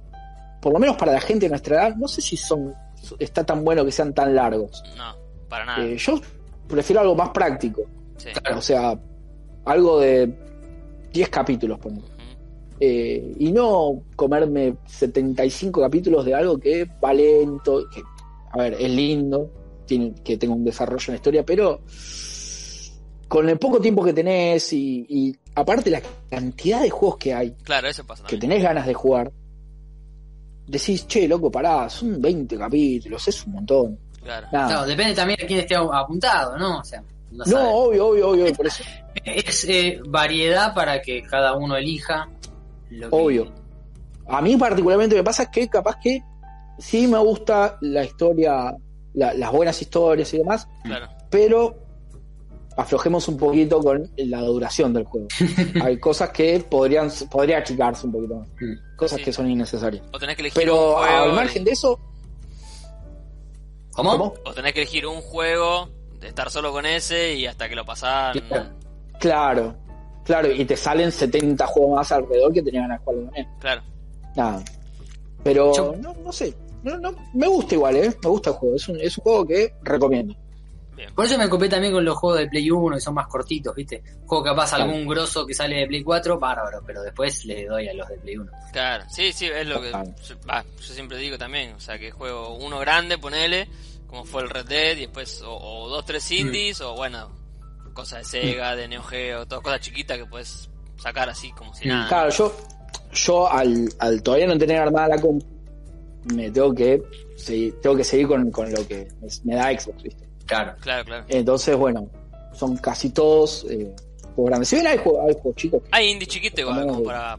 C: por lo menos para la gente de nuestra edad, no sé si son está tan bueno que sean tan largos.
B: No, para nada.
C: Eh, yo prefiero algo más práctico,
B: sí.
A: claro.
C: o sea, algo de 10 capítulos, por
B: Ujú.
C: Eh, y no comerme 75 capítulos de algo que va lento, que, a ver, es lindo, tiene, que tenga un desarrollo en la historia, pero con el poco tiempo que tenés y, y aparte la cantidad de juegos que hay,
B: Claro, eso pasa
C: que
B: también.
C: tenés ganas de jugar, decís, che, loco, pará, son 20 capítulos, es un montón.
B: Claro.
C: Nada.
A: Claro, depende también de quién esté apuntado, ¿no? O sea, no,
C: No,
A: sabes.
C: obvio, obvio, obvio, por eso.
A: Es eh, variedad para que cada uno elija lo que-
C: Obvio. A mí particularmente me pasa que capaz que sí me gusta la historia, la- las buenas historias y demás,
B: Claro.
C: pero aflojemos un poquito con la duración del juego. Hay cosas que podrían podría achicarse un poquito más,
A: Mm.
C: cosas
B: Sí.
C: que son innecesarias.
B: O tenés que elegir un
C: Pero
B: juego.
C: al margen de eso,
A: ¿Cómo?
C: ¿cómo?
B: O tenés que elegir un juego, de estar solo con ese y hasta que lo pasan.
A: Claro.
C: Claro, claro, y te salen 70 juegos más alrededor que tenían a jugar también.
B: Claro.
C: Nada. Pero
A: Yo-
C: no, no sé, no, no, me gusta igual, ¿eh? me gusta el juego, es un, es un juego que recomiendo.
B: Bien.
A: Por eso me copé también con los juegos de Play 1 que son más cortitos, ¿viste? Juego capaz algún grosso que sale de Play 4, bárbaro, pero después le doy a los de Play 1.
B: Claro, sí, sí, es lo que
C: Total.
B: yo, va, yo siempre digo también, o sea, que juego uno grande, ponele, como fue el Red Dead, y después o, o dos, tres indies, o bueno, cosas de Sega, de Neo Geo, todas cosas chiquitas que puedes sacar así como si
A: Mm.
B: nada.
C: Claro, yo, yo al, al todavía no tener armada la compu, me tengo que seguir, tengo que seguir con, con lo que me, me da Xbox, ¿viste?
A: Claro.
B: Claro, claro.
C: Entonces, bueno, son casi todos eh, juegos grandes. Si bien hay juegos, hay juegos chicos,
B: Hay indie chiquito igual,
C: Tomamos
B: como
C: de-
B: para,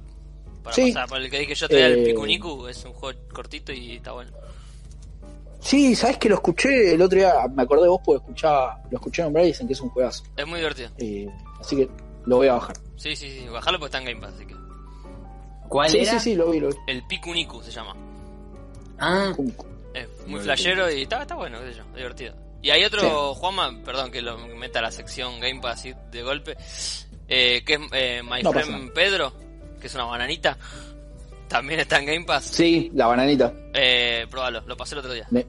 B: para
C: Sí.
B: pasar, para el que dije yo traía el
C: Eh.
B: Picunicu, es un juego cortito y está bueno.
C: sí, sabes que lo escuché el otro día, me acordé de vos porque escuchaba, lo escuché nombrar y dicen que es un juegazo.
B: Es muy divertido.
C: Eh, así que lo voy a bajar.
B: Sí, sí, sí, bajalo porque está en Game Pass, así que.
A: ¿Cuál
C: Sí,
A: era?
C: sí, sí, lo vi, lo vi.
B: El Picunicu se llama.
A: Ah,
B: Es muy
A: Muy
B: flashero y está, está bueno, qué sé yo, divertido. Y hay otro, Juanma, perdón que lo meta a la sección Game Pass así de golpe, eh, que es eh, My
C: No pasa
B: Friend Pedro, que es una bananita, también está en Game Pass.
C: Sí, la bananita.
B: Eh, próbalo, lo pasé el otro día.
C: Me-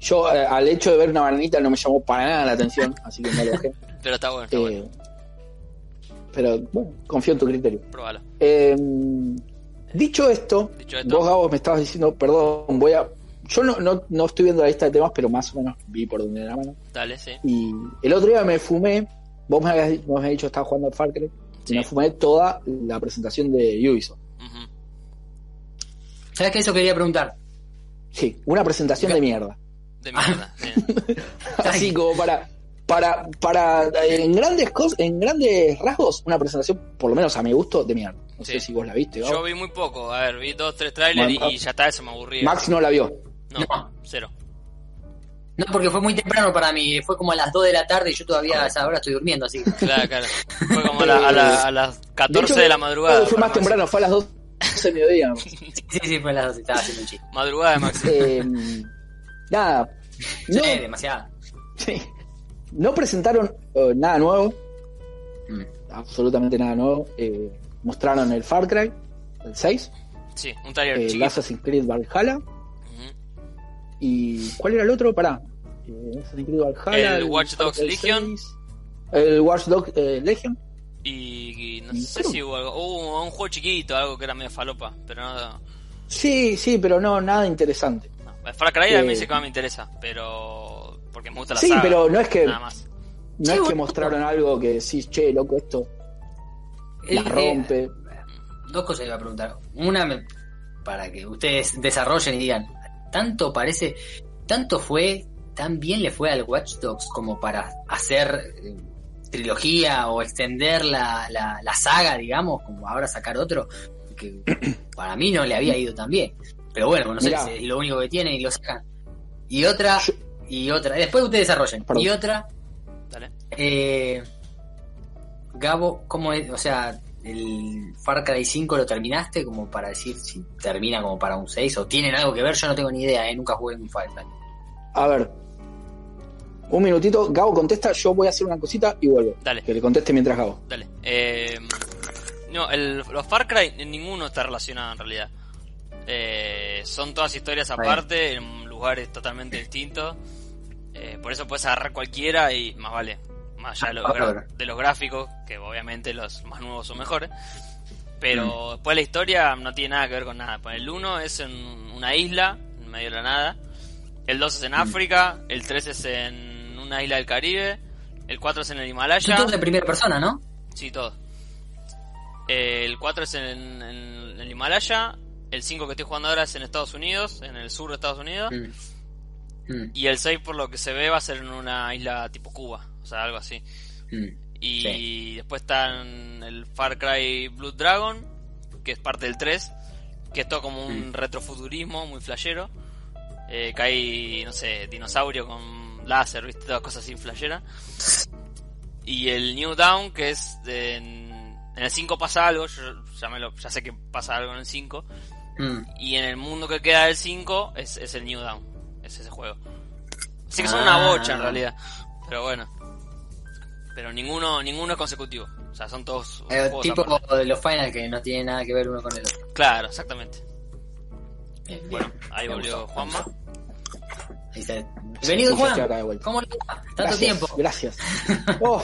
C: Yo, eh, al hecho de ver una bananita, no me llamó para nada la atención, así que no lo dejé.
B: Pero está bueno, está bueno.
C: Eh, Pero bueno, confío en tu criterio.
B: Próbalo.
C: Eh, dicho, esto,
B: Dicho esto.
C: vos, Gabo, me estabas diciendo, perdón, voy a. Yo no, no, no estoy viendo la lista de temas, pero más o menos vi por donde era la mano.
B: Dale, sí.
C: Y el otro día me fumé, vos me habías, vos me habías dicho que estabas jugando al Far Cry,
B: Sí.
C: y me fumé toda la presentación de Ubisoft.
B: Ujú.
A: ¿Sabes qué? Eso quería preguntar.
C: Sí, una presentación de mierda.
B: De mierda. sí.
C: Así como para. Para, para eh, en grandes cosas, en grandes rasgos, una presentación, por lo menos a mi gusto, de mierda. No
B: Sí.
C: sé si vos la viste, Gabo.
B: Yo vi muy poco. A ver, vi dos, tres trailers
C: Bueno,
B: y, y ya está, eso me aburría.
C: Max no la vio.
B: No,
A: No.
B: cero.
A: No, porque fue muy temprano para mí. Fue como a las 2 de la tarde y yo todavía a esa hora estoy durmiendo, así que.
B: Claro, claro. Fue como a, la- a la- a las 14 de,
C: Eh, hecho,
B: la madrugada.
C: Fue más
B: para Maxi.
C: temprano, fue a las 12 del mediodía.
A: Sí, sí, fue a las 2 estaba haciendo un chiste.
B: Madrugada de Maxi.
C: Eh, nada. No,
A: Sí, demasiado.
C: sí. No presentaron eh, nada nuevo,
A: Mm.
C: absolutamente nada nuevo. Eh, mostraron el Far Cry, el 6,
B: Sí, un trailer
C: eh, el
B: chiquito.
C: Assassin's Creed Valhalla.
B: Ujú.
C: ¿Y cuál era el otro? Pará. Eh, Assassin's Creed Valhalla.
B: El Watch
C: Far
B: Dogs
C: Cry
B: Legion.
C: 6, el Watch Dogs eh, Legion.
B: Y, y no
C: ¿Y
B: sé
C: pero?
B: si hubo algo. Hubo un juego chiquito, algo que era medio falopa. Pero no.
C: Sí, sí, pero no, nada interesante.
B: no. Far Cry a mí
C: Eh.
B: sí que más me interesa. Pero. Porque me gusta la
C: Sí,
B: saga.
C: pero eh, no es que-
B: Nada más.
C: No es que mostraron algo que decís, che, loco, esto la
A: El-
C: rompe.
A: dos cosas iba a preguntar. Una, me- para que ustedes desarrollen y digan, tanto parece, tanto fue, tan bien le fue al Watch Dogs como para hacer eh, trilogía o extender la, la, la saga, digamos, como ahora sacar otro, que para mí no le había ido tan bien. Pero bueno, no sé,
C: Mirá.
A: es lo único que tienen y lo sacan. Y otra,
C: Yo-
A: y otra, después ustedes desarrollen.
C: Perdón.
A: Y otra,
B: Dale.
A: eh, Gabo, ¿cómo es? O sea, el Far Cry 5 lo terminaste como para decir si termina como para un 6 o tienen algo que ver, yo no tengo ni idea, ¿eh? nunca jugué en un Far Cry.
C: A ver. Un minutito, Gabo contesta, yo voy a hacer una cosita y vuelvo.
B: Dale.
C: Que le conteste mientras Gabo.
B: Dale. Eh, no, el- los Far Cry eh, ninguno está relacionado en realidad. Eh, son todas historias
A: bien.
B: aparte, en lugares totalmente distintos. Eh, por eso puedes agarrar cualquiera y más vale. Más allá de los,
A: Ah,
B: gra-
A: claro.
B: de los gráficos, que obviamente los más nuevos son mejores. Pero después la historia no tiene nada que ver con nada. Pues el 1 es en una isla, en medio de la nada. El 2 es en África. El 3 es en una isla del Caribe. El 4 es en el
A: Son
B: Himalaya.
A: todos de primera persona, ¿no?
B: Sí, todo. Eh, El 4 es en, en- en el Himalaya. El 5 que estoy jugando ahora es en Estados Unidos, en el sur de Estados Unidos.
A: Mm. Mm,
B: Y el 6, por lo que se ve, va a ser en una isla tipo Cuba, o sea, algo así.
A: mm.
B: Y
A: Sí.
B: después están el Far Cry Blood Dragon, que es parte del 3, que es todo como un retrofuturismo muy flashero. Eh, que hay, no sé, dinosaurio con láser, viste, todas cosas así flasheras. Y el New Down, que es de- en, en el 5 pasa algo, yo ya, me lo- ya sé que pasa algo en el 5.
A: Mm.
B: Y en el mundo que queda del 5 es, es el New Down. Es ese juego. Así que son
A: Ah.
B: una bocha en realidad. Pero bueno. Pero ninguno, ninguno es consecutivo. O sea, son todos
A: Eh,
B: juegos
A: tipo
B: aparte.
A: de los Final que no tiene nada que ver uno con el otro.
B: Claro, exactamente.
A: Bien,
B: Bueno,
A: bien.
B: ahí
A: Me
B: volvió
A: gustó.
B: Juanma.
A: Ahí está. Bienvenido,
C: Sí, ya estoy acá de
A: Juan.
C: vuelta.
A: ¿Cómo le va? Tanto
C: Gracias,
A: tiempo.
C: Gracias. Oh,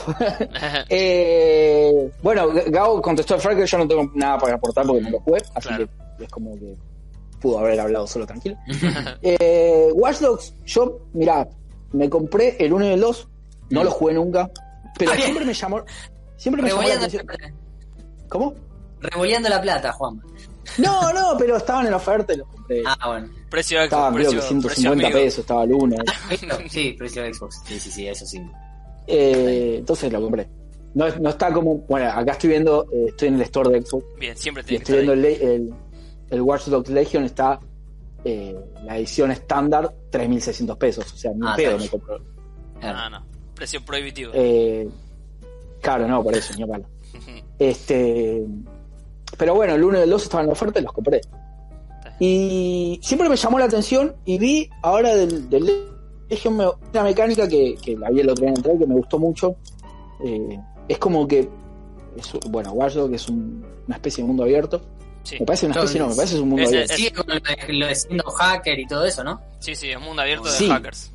C: eh, bueno, Gabo contestó a Frank, yo no tengo nada para aportar porque no lo jugué, así
B: Claro.
C: que es como que pudo haber hablado solo tranquilo. Eh, Watch Dogs, yo, mirá, me compré el 1 y el 2, no los jugué nunca,
A: Ah,
C: pero siempre me llamó, siempre me llamó la
A: Revoleando,
C: atención. ¿Cómo?
A: revoleando la plata, Juan.
C: No, no, pero estaban en oferta y los compré.
A: Ah, bueno.
B: precio ex,
C: Estaban, creo
B: precio,
C: que
B: precio
C: 150
B: amigo.
C: pesos, estaba el 1.
A: Sí, precio de Xbox. Sí, sí, sí, eso sí.
C: Eh, entonces lo compré. No, no está como. Bueno, acá estoy viendo, eh, estoy en el store de Xbox
B: Bien, siempre
C: y
B: tiene que
C: estoy
B: estar
C: viendo
B: ahí.
C: el, el, el Watch Dogs Legion, está eh, la edición estándar, 3.600 pesos. O sea, ni
A: Ah,
C: pedo
A: sí.
C: me compró. Ah,
A: Claro.
B: No, Ah, no. Precio prohibitivo.
C: Eh, claro, no, por eso, ni a palo. Este, pero bueno, el 1 y el 2 estaban en oferta y los compré. Y siempre me llamó la atención y vi ahora del, del Legion me- una mecánica que, que la vi el otro día en el trailer que me gustó mucho. Eh, es como que es un- bueno, Watch Dogs es un- una especie de mundo abierto.
B: Sí,
C: Me parece una especie, no, me parece un mundo
B: Ese-
C: abierto.
A: Sigue con lo de- lo de siendo hacker y todo eso, ¿no?
B: sí, sí, es mundo abierto de
C: Sí.
B: hackers.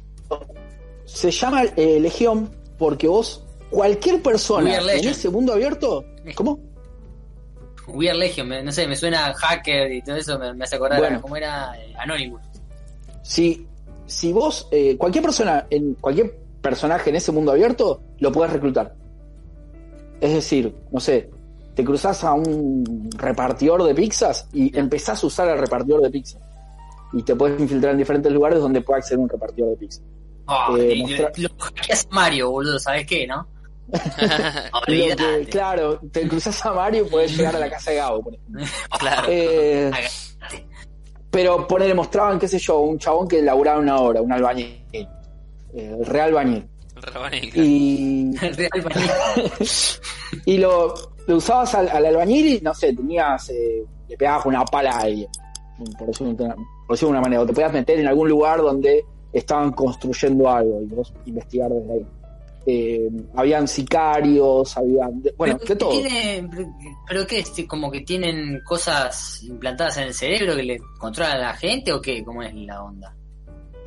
C: Se llama eh, Legión porque vos, cualquier persona
A: Weird Legend.
C: en ese mundo abierto, ¿cómo?
A: Weird Legion, me- no sé, me suena a hacker y todo eso, me, me hace acordar
C: Bueno.
A: a cómo era eh, Anonymous.
C: Si, si vos, eh, cualquier persona, en cualquier personaje en ese mundo abierto, lo puedes reclutar. Es decir, no sé, te cruzas a un repartidor de pizzas y
A: Bien.
C: empezás a usar al repartidor de pizzas. Y te puedes infiltrar en diferentes lugares donde pueda acceder un repartidor de pizzas.
A: Oh,
C: Eh,
A: y-
C: mostrar-
A: Lo hackeas a Mario, boludo, ¿sabes qué, no?
C: Lo
A: Olvídate.
C: que, claro, te cruzas a Mario y puedes llegar a la casa de Gabo. por ejemplo.
B: Claro.
C: Eh,
A: Haga-
C: pero ponele, mostraban, qué sé yo, un chabón que laburaba una hora, un albañil, eh, el real bañil.
B: El Rabanel, claro.
C: Y
A: El Real Madrid.
C: Y lo, lo usabas al, al albañil y no sé, tenías, eh, le pegabas una pala a alguien, por decirlo, de una- por decirlo de una manera, o te podías meter en algún lugar donde estaban construyendo algo y vos investigar desde ahí. Eh, habían sicarios, habían, de- bueno,
A: Pero
C: de todo.
A: tiene- ¿Pero qué? Este, ¿Como que tienen cosas implantadas en el cerebro que le controlan a la gente o qué? ¿Cómo es la onda?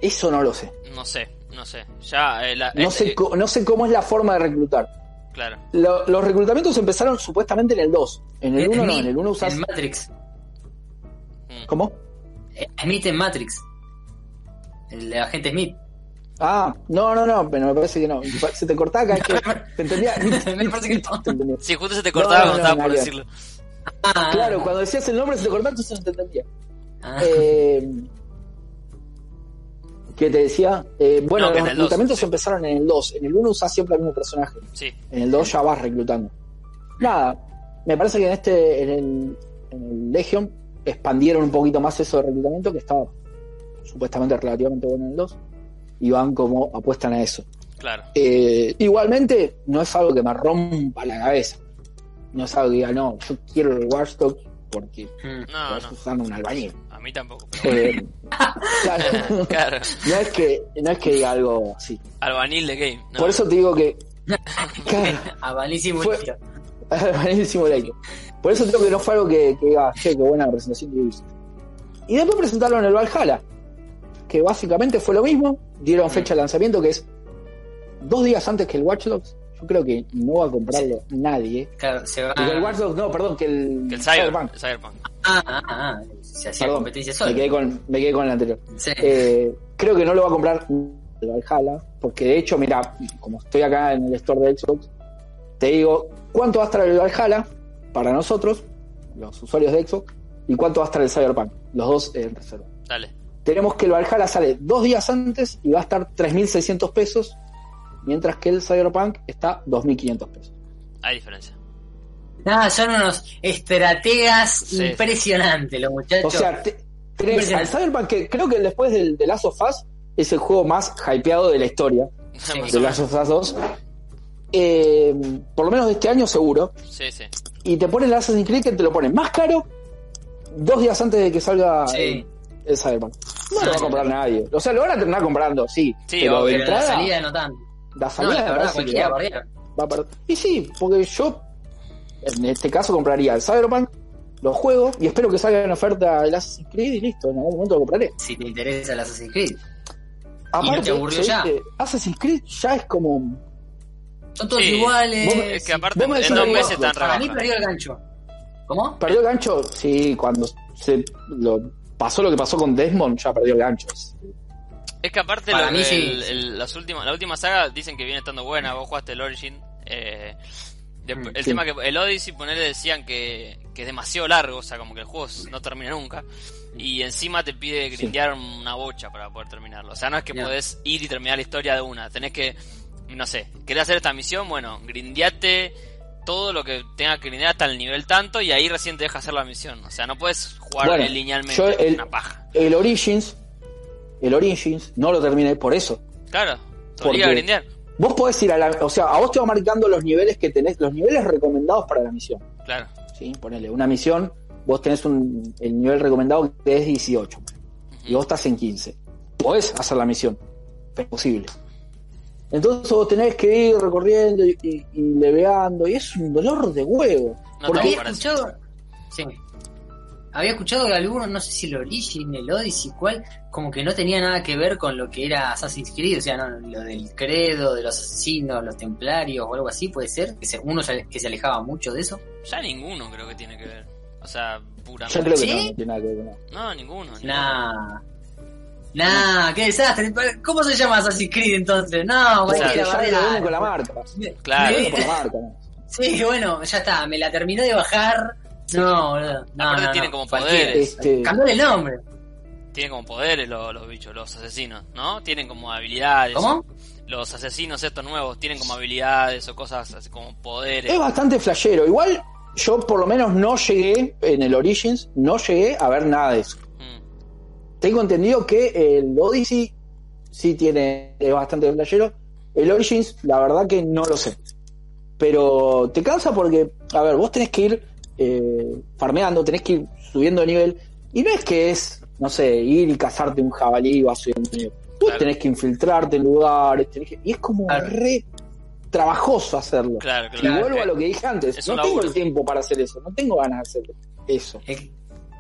C: Eso no lo sé.
B: No sé, no sé. Ya, eh, la-
C: No
B: eh,
C: sé,
B: eh,
C: co- no sé cómo es la forma de reclutar.
B: Claro.
C: Lo- los reclutamientos empezaron supuestamente en el 2. En el 1 no,
A: Smith
C: en el 1 usas...
A: Eh, En Matrix. Eh,
B: Mm.
C: ¿Cómo?
A: Smith en Matrix. El agente Smith.
C: Ah, no, no, no, pero me parece que no. Se te cortaba cada vez que... Te entendía...
A: Me parece que no.
C: Te entendía.
B: Sí, justo se te cortaba
C: No, no,
B: cuando
C: no,
B: estaba por
C: Mario.
B: decirlo.
A: Ah,
C: Claro, cuando decías el nombre se te cortaba, entonces no te entendía.
A: ah.
C: Eh, ¿Qué te decía? Eh, bueno,
B: No, que en
C: los
B: el dos,
C: reclutamientos
B: sí.
C: empezaron en el 2. En el 1 usás siempre al mismo personaje.
B: Sí,
C: En el 2 ya vas reclutando. Nada, me parece que en este, en el, en el Legion, expandieron un poquito más eso de reclutamiento, que estaba supuestamente relativamente bueno en el 2. Y van como apuestan a eso.
B: claro.
C: Eh, igualmente, no es algo que me rompa la cabeza. No es algo que diga, no, yo quiero el Watchdog porque
A: Mm.
B: No,
C: podés
B: no,
C: usar un albañil.
B: a mí tampoco. pero
C: Eh, claro,
B: Claro,
C: no es que, no es que diga algo así.
B: albanil de game. No,
C: Por eso te digo que. Claro,
A: Ah, buenísimo.
C: Fue- buenísimo el aire. Por eso te digo que no fue algo que, que diga, che, qué buena presentación que hice. Y después presentaron el Valhalla, que básicamente fue lo mismo.
B: Mm.
C: Dieron fecha de lanzamiento que es dos días antes que el Watch Dogs. Yo creo que no va a comprarlo nadie.
A: Claro, se va.
C: Digo, el Watch Dogs, no, perdón, que el.
B: Ah. que el Cyberpunk.
C: Cyberpunk.
B: El Cyberpunk.
A: Ah, ah, ah. Se hacía
C: Perdón,
A: competencia
C: me
A: solo.
C: quedé, con, me quedé con el anterior.
A: Sí.
C: Eh, creo que no lo va a comprar el Valhalla, porque de hecho, mira, como estoy acá en el store de Xbox, te digo cuánto va a estar el Valhalla para nosotros, los usuarios de Xbox, y cuánto va a estar el Cyberpunk, los dos en reserva.
B: Dale.
C: Tenemos que el Valhalla sale dos días antes y va a estar 3.600 pesos, mientras que el Cyberpunk está 2.500 pesos.
B: Hay diferencia.
A: Nada, son unos estrategas
B: Sí.
A: impresionantes los muchachos.
C: O sea, te- tenés al Cyberpunk, que creo que después del de Last of Us es el juego más hypeado de la historia.
A: Sí.
B: Más
C: de
B: o
C: Last
B: menos.
C: of Us 2. eh, por lo menos de este año seguro.
B: Sí, sí.
C: Y te ponen el Assassin's Creed que te lo ponen más caro dos días antes de que salga
A: Sí.
C: el, el Cyberpunk. No lo va a comprar nadie. O sea, lo van a terminar comprando, sí.
B: Sí,
C: pero
A: Pero
C: de
A: la
C: entrada,
A: salida no tanto.
C: la
A: No,
C: salida
A: la
C: me
A: verdad,
C: parece que
A: cualquiera
C: va-
A: barrera.
C: va a perder. Y sí, porque yo en este caso compraría el Cyberpunk, lo juego y espero que salga en oferta el Assassin's Creed y listo, en algún momento lo compraré.
A: Si te interesa el Assassin's Creed.
C: Aparte,
A: aburrió
C: ¿sabés
A: ya?
C: qué? Assassin's Creed ya es como
A: Son todos
B: Sí.
A: iguales.
C: Vos me-
B: Es que aparte
C: vos me decís
B: en dos
C: lo que
B: meses
C: vos-
B: están
A: Para mí
B: rebajando.
A: perdió el gancho. ¿Cómo?
C: ¿Perdió el gancho? Sí, cuando se lo pasó lo que pasó con Desmond, ya perdió el gancho.
B: Es que aparte
A: Para
B: lo
A: mí
B: que
A: sí.
B: el- el- las últimas, la última saga dicen que viene estando buena. Vos jugaste el Origin. eh, de-
A: Mm,
B: el
C: sí.
B: tema que el Odyssey ponele decían que, que es demasiado largo, o sea, como que el juego no termina nunca. Y encima te pide grindear una bocha para poder terminarlo. O sea, no es que
A: Ya.
B: podés ir y terminar la historia de una. Tenés que, no sé, querés hacer esta misión, bueno, grindeate todo lo que tenga que grindear hasta el nivel tanto y ahí recién te deja hacer la misión. O sea, no puedes jugar
C: Bueno,
B: linealmente.
C: yo el-
B: Una paja.
C: El Origins, el Origins, no lo terminé por eso.
B: Claro, te
C: Porque-
B: obliga a grindear.
C: Vos podés ir a la. O sea, a vos te va marcando los niveles que tenés, los niveles recomendados para la misión.
B: Claro.
C: ¿sí? Ponele, una misión, vos tenés un, el nivel recomendado que es 18 y vos estás en 15. Podés hacer la misión, pero es posible. Entonces vos tenés que ir recorriendo y, y- y leveando, y es un dolor de huevo.
B: No
C: porque
A: Había
B: Para
A: escuchado. Sí. Había escuchado de algunos, no sé si el Origin, el Odyssey, cuál, como que no tenía nada que ver con lo que era Assassin's Creed, o sea, no, lo del credo, de los asesinos, los templarios o algo así, puede ser, que se- uno se- que se alejaba mucho de eso.
B: Ya ninguno creo que tiene que ver. O sea,
C: yo
B: puramente.
C: creo que
A: ¿Sí?
C: no, no tiene nada que ver con nada.
B: No, ninguno. ninguno.
A: Nah. Nah, qué desastre. ¿Cómo se llama Assassin's Creed entonces? No,
C: Porque
A: cualquiera,
C: ya lo
A: barrera.
C: venden con la marca.
B: Claro.
C: Lo
A: Sí,
C: venden con la marca, ¿no?
A: Sí, bueno, ya está, me la terminó de bajar. No, boludo. No, no,
B: Aparte
A: no,
B: tienen como
A: cualquiera.
B: poderes.
C: Este,
A: Cambió el nombre.
B: Tienen como poderes los, los bichos, los asesinos, ¿no? Tienen como habilidades.
A: ¿Cómo?
B: Los asesinos estos nuevos tienen como habilidades o cosas así como poderes.
C: es bastante flashero. Igual yo por lo menos no llegué en el Origins, no llegué a ver nada de eso.
B: Mm.
C: Tengo entendido que eh, el Odyssey sí tiene es bastante flashero. El Origins, la verdad que no lo sé. Pero te cansa porque, a ver, vos tenés que ir eh, farmeando, tenés que ir subiendo de nivel. Y no es que es, no sé, ir y cazarte un jabalí y vas subiendo de nivel. Vos
B: Claro.
C: tenés que infiltrarte en lugares, tenés que- y es como
A: Claro.
C: re trabajoso hacerlo.
B: Claro, claro.
C: Y vuelvo a lo que dije antes,
B: Es
C: no
B: un
C: tengo
B: laburo.
C: el tiempo para hacer eso, no tengo ganas de hacer eso.
A: El,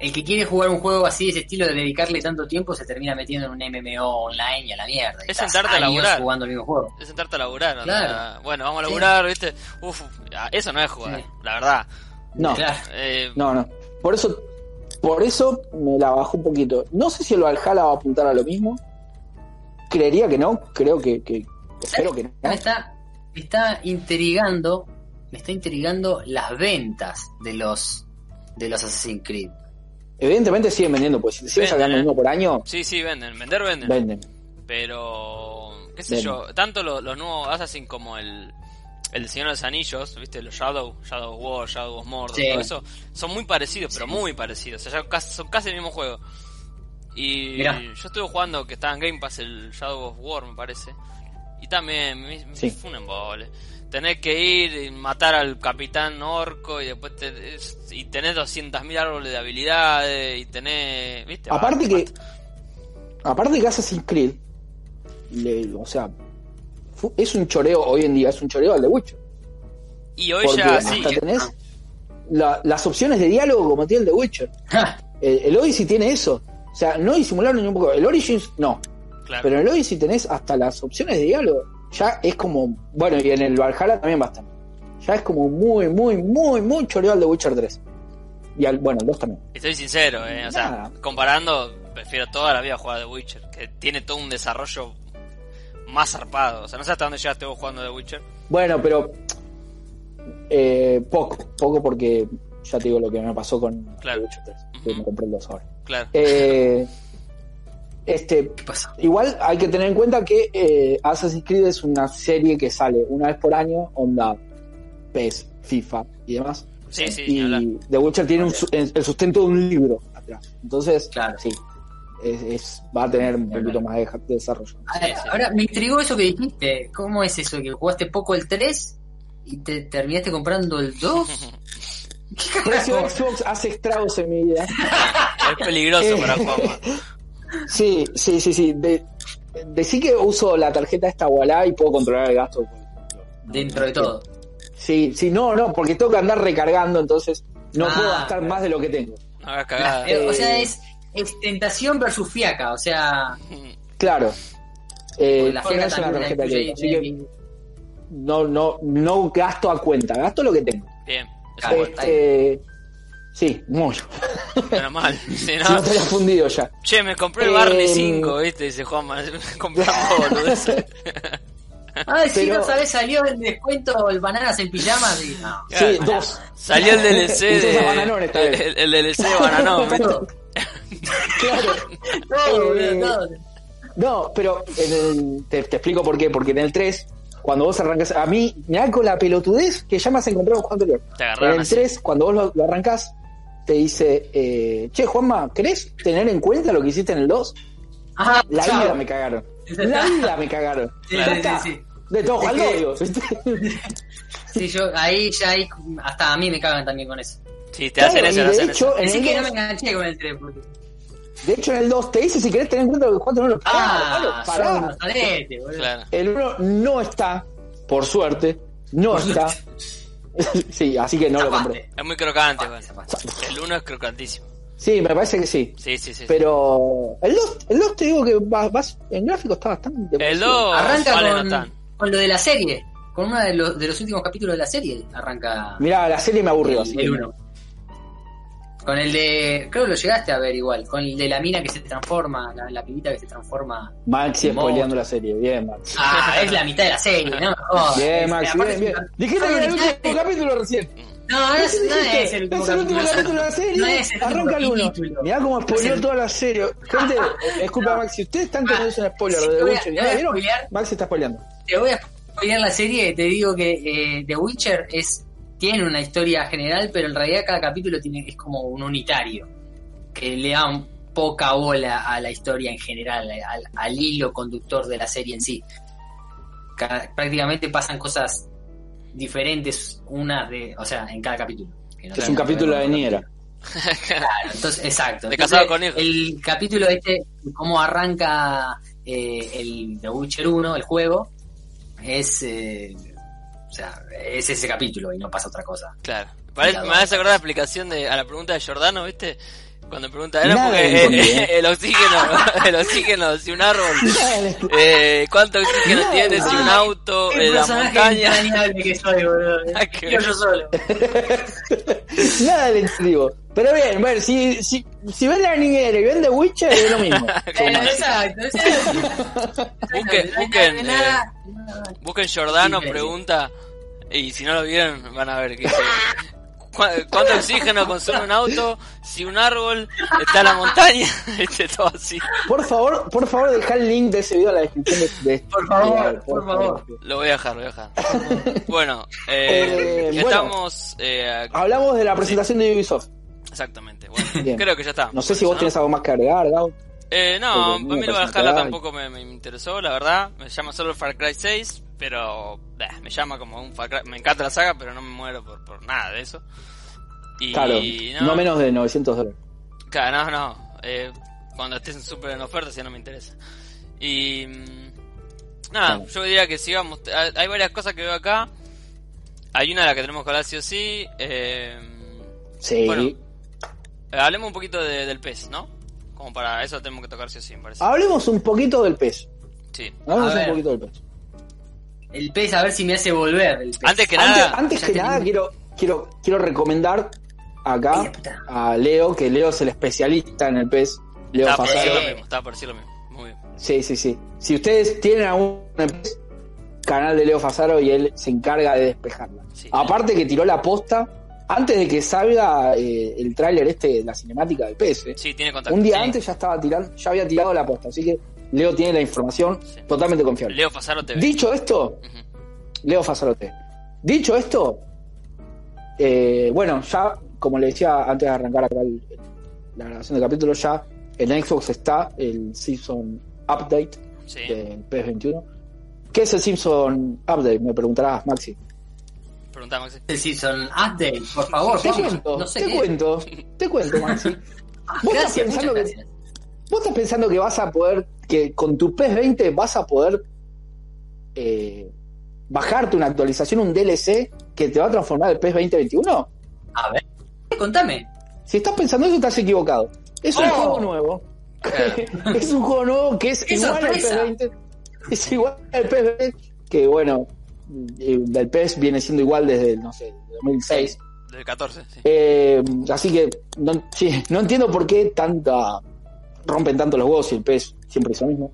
A: el que quiere jugar un juego así, ese estilo de dedicarle tanto tiempo, se termina metiendo en un MMO online y a la mierda. Y
B: Es
A: estás
B: sentarte a
A: años
B: laburar.
A: jugando el mismo juego.
B: Es sentarte a laburar. onda.
A: Claro.
B: Bueno, vamos a
A: Sí.
B: laburar, ¿viste? Uf, ah, eso no es jugar,
A: Sí. Ah,
B: la verdad.
C: No,
A: Claro.
B: Eh,
C: No, no. Por eso, por eso me la bajó un poquito. No sé si el Valhalla va a apuntar a lo mismo. Creería que no. Creo que, que- espero que no.
A: Me está, me está intrigando, me está intrigando las ventas de los de los Assassin's Creed.
C: Evidentemente siguen vendiendo, pues si siguen
B: Venden,
C: sacando
B: eh.
C: uno por año,
B: Sí, sí, venden. Vender, venden.
C: venden.
B: Pero, qué sé
C: Bien.
B: yo, tanto lo- los nuevos Assassin como el, el Señor de los Anillos, ¿viste? Los Shadow, Shadow War, Shadow of Mordor,
A: Sí.
B: todo eso, son muy parecidos, pero muy parecidos. O sea, ya casi- son casi el mismo juego. Y
A: Mirá.
B: yo estuve jugando, que estaba en Game Pass, el Shadow of War, me parece. Y también, me- me-
C: Sí.
B: fue un embole. Tenés que ir y matar al capitán orco y después te- es- y tenés 200.000 árboles de habilidades y tenés... ¿viste? Va,
C: Aparte
B: te
C: que-
B: mata.
C: Aparte que Assassin's Creed, le- o sea, fu- es un choreo hoy en día, es un choreo al de Witcher.
B: Y hoy
C: Porque
B: ya sí, eh,
C: hasta tenés la- las opciones de diálogo como tiene el de Witcher.
A: ¡Ja!
C: El, el Odyssey tiene eso. O sea, no disimularon ni un poco. El Origins, no.
B: claro.
C: Pero en el Odyssey tenés hasta las opciones de diálogo. Ya es como. Bueno, y en el Valhalla también bastante. Ya es como muy, muy, muy, muy choreo al de Witcher 3. Y al, bueno, el 2 también.
B: Estoy sincero, eh, o sea,
C: Nada.
B: comparando, prefiero toda la vida jugar a The Witcher, que tiene todo un desarrollo más zarpado. O sea, no sé hasta dónde llegaste vos jugando The Witcher.
C: Bueno, pero. eh, poco, poco porque ya te digo lo que me pasó con
B: Claro.
C: The Witcher 3. que
B: Ujú.
C: me compré el 2 ahora.
B: Claro,
C: Eh, este,
A: ¿Qué pasó?
C: Igual hay que tener en cuenta que eh, Assassin's Creed es una serie que sale una vez por año, onda PES, FIFA y demás.
B: Sí, sí, ni hablar.
C: y The Witcher tiene un su- el el sustento de un libro atrás. Entonces,
A: Claro.
C: sí, es, es- va a tener un
A: Ni hablar.
C: poquito más de, de desarrollo.
A: A ver,
B: Sí, sí.
A: Ahora, me intrigó eso que dijiste. ¿Cómo es eso? ¿Que jugaste poco el 3 y te terminaste comprando el 2? ¿Qué
C: Precio
A: carajo?
C: Xbox hace estragos en mi vida.
B: es peligroso
C: Eh.
B: para Juanma.
C: Sí, sí, sí, sí. De, decí que uso la tarjeta esta Wallah y puedo controlar el gasto.
A: Dentro de todo.
C: Sí, sí, no, no, porque tengo que andar recargando, entonces no
A: Ah.
C: puedo gastar más de lo que tengo.
B: No hagas cagada.
A: Eh, o sea, es, es tentación versus fiaca. O sea,
C: Claro. Eh,
A: Pues la
C: no
A: fiaca
C: es una
A: también la
C: tarjeta
A: incluye
C: que-
A: y
C: así
A: tiene
C: que no, no, no gasto a cuenta, gasto lo que tengo.
B: Bien, eso
A: Claro.
B: es
C: Este, sí, mucho.
B: bueno, menos mal. Si
C: Si no
B: no,
C: te lo has fundido ya.
B: che, me compré el Barney
C: Eh.
B: 5, ¿viste? Dice Juanma, compramos boludeces.
A: Ay, si
C: Pero-
A: Ah, no sabes, salió el descuento, el bananas en pijamas. Y... No.
C: Sí,
B: Claro.
C: dos.
B: Salió el DLC
C: Entonces,
B: de.
C: a Bananón esta vez.
B: el, el DLC de Bananón, ¿viste?
A: Todo,
C: Claro.
A: todo,
C: Eh,
A: todo.
C: No, pero en el- te, te explico por qué. Porque en el 3, cuando vos arrancas, a mí, mirá con la pelotudez que ya me has encontrado en el juego anterior.
B: Te
C: En
B: agarraron
C: el
B: así.
C: 3, cuando vos lo, lo arrancás, te dice, eh, che, Juanma, ¿querés tener en cuenta lo que hiciste en el 2?
A: Ah,
C: La
A: chao.
C: vida me cagaron. La vida me cagaron.
A: Sí,
C: Ya
A: sí,
C: está.
A: sí,
C: De todo
A: Es
C: al
A: que-
C: odio, ¿viste?
A: Sí, yo ahí ya ahí, hasta a mí me cagan también con eso.
B: Sí, te hacen
C: Claro,
B: eso,
C: y
B: te
C: de
B: hacen
C: hecho,
B: eso.
C: en
A: Así
C: el
A: que no me
C: dos-
A: enganché con el 3 porque
C: De hecho, en el 2 te dice si querés tener en cuenta que el 4 no lo
A: Ah,
C: Claro, pará.
A: son unos toletes, boludo.
B: Claro.
C: El 1 no está, por suerte, no está. sí, así que no lo compré.
B: Es muy crocante,
A: Zapaste,
B: bueno.
A: zapaste.
B: El uno es crocantísimo.
C: Sí, me parece que sí.
B: Sí, sí, sí.
C: Pero el 2, el 2 te digo que va- vas- en gráfico está bastante.
B: El
C: parecido.
B: 2 vale
A: Arranca
B: no
A: con,
B: tan.
A: con lo de la serie. Con uno de los, de los últimos capítulos de la serie arranca
C: Mirá, la serie me aburrió. así
A: el,
C: que-
A: el uno. Con el de. Creo que lo llegaste a ver igual. Con el de la mina que se transforma, la, la pibita que se transforma.
C: Maxi
A: Monstruo.
C: spoileando la serie. Bien, Maxi.
A: Ah, es la mitad de la serie, no me jodas.
C: Bien,
A: Es-
C: Maxi.
A: Ah, este, aparte
C: Bien, bien.
A: es un-
C: Dijiste que era el
A: Ah,
C: último capítulo recién.
A: No, no es, no es el último capítulo.
C: capítulo de la serie.
A: No es el último
C: arranca el 1.
A: capítulo.
C: Mirá cómo
A: Es
C: spoileó
A: el- Ah,
C: toda la serie. Gente, es culpa de Maxi. Ustedes están teniendo un spoiler
A: Sí,
C: de
A: te voy a-
C: Witcher.
A: te
C: ¿Ya
A: voy a
C: vieron?
A: spoilear.
C: Maxi está spoileando.
A: Te voy a spoilear la serie, te digo que eh, The Witcher es tiene una historia general, pero en realidad cada capítulo tiene es como un unitario, que le da un- poca bola a la historia en general, al, al hilo conductor de la serie en sí. Ca- prácticamente pasan cosas diferentes, una de, o sea, en cada capítulo. Que no
C: Es
A: tiene
C: un
A: nada que
C: capítulo
A: ver
C: de
A: con otro
C: Niera.
A: entonces, exacto.
B: De
A: Entonces,
B: Casado con Hijos.
A: El capítulo este, cómo arranca eh, el The Witcher 1, el juego, es. eh, o sea, es ese capítulo y no pasa otra cosa.
B: Claro. Parece- me vas a acordar la explicación de, a la pregunta de Jordano, ¿viste? Cuando pregunta, era
C: Nada
B: porque
C: le
B: eh,
C: entendí,
B: eh, el oxígeno, el oxígeno, si un árbol, eh, cuánto oxígeno
C: Nada.
B: tiene, si un
A: Ah,
B: auto, eh, la montaña.
A: entrañable que soy, boludo.
B: Ah, qué
A: Yo, yo solo.
C: Nada le digo. Pero bien, bueno, si, si, si ven la niñera y ven The Witcher, es lo mismo.
A: Eh, exacto, exacto.
B: Busquen-
A: No hay
B: busquen,
A: nada de
B: eh,
A: nada, nada.
B: Busquen Jordano,
A: Sí, sí.
B: pregunta, y si no lo vieron, van a ver que dice, "¿Cu- ¿Cuánto oxígeno consume un auto? Si un árbol está en la montaña, ¿viste? Todo así.
C: Por favor, por favor, dejá el link de ese video en la descripción de, de este
A: Por favor,
C: video,
A: por favor.
B: Lo voy a dejar, lo voy a dejar. Bueno, eh,
C: Eh, bueno.
B: estamos. eh,
C: Hablamos de la presentación de Ubisoft.
B: exactamente, bueno,
C: Bien.
B: creo que ya está.
C: No sé si vos tenés algo más que agregar, Gao.
B: Eh, no, a
C: Porque no me
B: mí lo
C: parece una
B: Valhalla
C: cagada.
B: tampoco me, me interesó, la verdad. Me llama solo el Far Cry 6, pero bah, me llama como un Far Cry. Me encanta la saga, pero no me muero por, por nada de eso. Y
C: Claro, no. menos de 900 dólares.
B: Claro, no, no. Eh, cuando estés en súper en oferta, ya no me interesa. Y. mm, Nada,
C: Claro.
B: yo diría que sigamos. Ah, Hay varias cosas que veo acá. Hay una de la que tenemos que hablar sí o sí. eh,
C: Sí.
B: Bueno. eh, hablemos un poquito de- del pez, ¿no? Como para eso tenemos que tocar sí o sí, me parece.
C: Hablemos un poquito del pez.
B: Sí.
C: Hablemos
A: A ver.
C: un poquito del pez.
A: El pez, a ver si me hace volver. El pez.
B: Antes que
C: Antes,
B: nada.
C: antes
A: ya
C: que
A: te
C: nada,
A: digo.
C: quiero, quiero, quiero recomendar acá
A: Mira, puta.
C: a Leo, que Leo es el especialista en el pez. Leo
B: Estaba por
C: Fasaro.
B: decir lo
A: eh.
B: mismo, estaba por decir lo mismo. Muy bien.
C: Sí, sí, sí. Si ustedes tienen algún canal de Leo Fasaro y él se encarga de despejarla.
B: Sí.
C: Aparte que tiró la posta antes de que salga eh, el tráiler este, la cinemática del PS.
B: Sí, tiene contacto.
C: Un día
B: Sí.
C: antes ya estaba tirando, ya había tirado la posta, así que Leo tiene la información
B: Sí.
C: totalmente confiable.
B: Leo Fasaro TV.
C: Dicho esto,
B: Ujú.
C: Leo Fazarote. Dicho esto, eh, bueno, ya, como le decía antes de arrancar acá el- la grabación del capítulo, ya en Xbox está el Season Update
B: Sí.
A: ¿Eh?
C: del PS21. ¿Qué es el Simpson Update? Me preguntarás, Maxi.
B: Preguntá, Maxi.
A: El Season Update, por favor,
C: Te
A: vamos.
C: cuento,
A: no sé
C: te
A: qué.
C: cuento, te cuento, Maxi.
A: Ah,
C: Vos estás
A: gracias,
C: pensando
A: muchas
C: que-
A: gracias.
C: ¿Vos estás pensando que vas a poder, que con tu PES 20 vas a poder eh, bajarte una actualización, un DLC que te va a transformar el PES 2021?
A: A ver, contame.
C: Si estás pensando eso, estás equivocado. Es un
A: Oh.
C: juego nuevo.
B: Claro.
C: es un juego nuevo que es
A: ¡Qué
C: igual
A: sorpresa!
C: al PS20. Es igual al PS20, que bueno, eh, el PES viene siendo igual desde, no sé, 2006.
B: Del 14, sí.
C: Eh, así que no, sí, no entiendo por qué tanta rompen tanto los huevos y el pez siempre es lo mismo.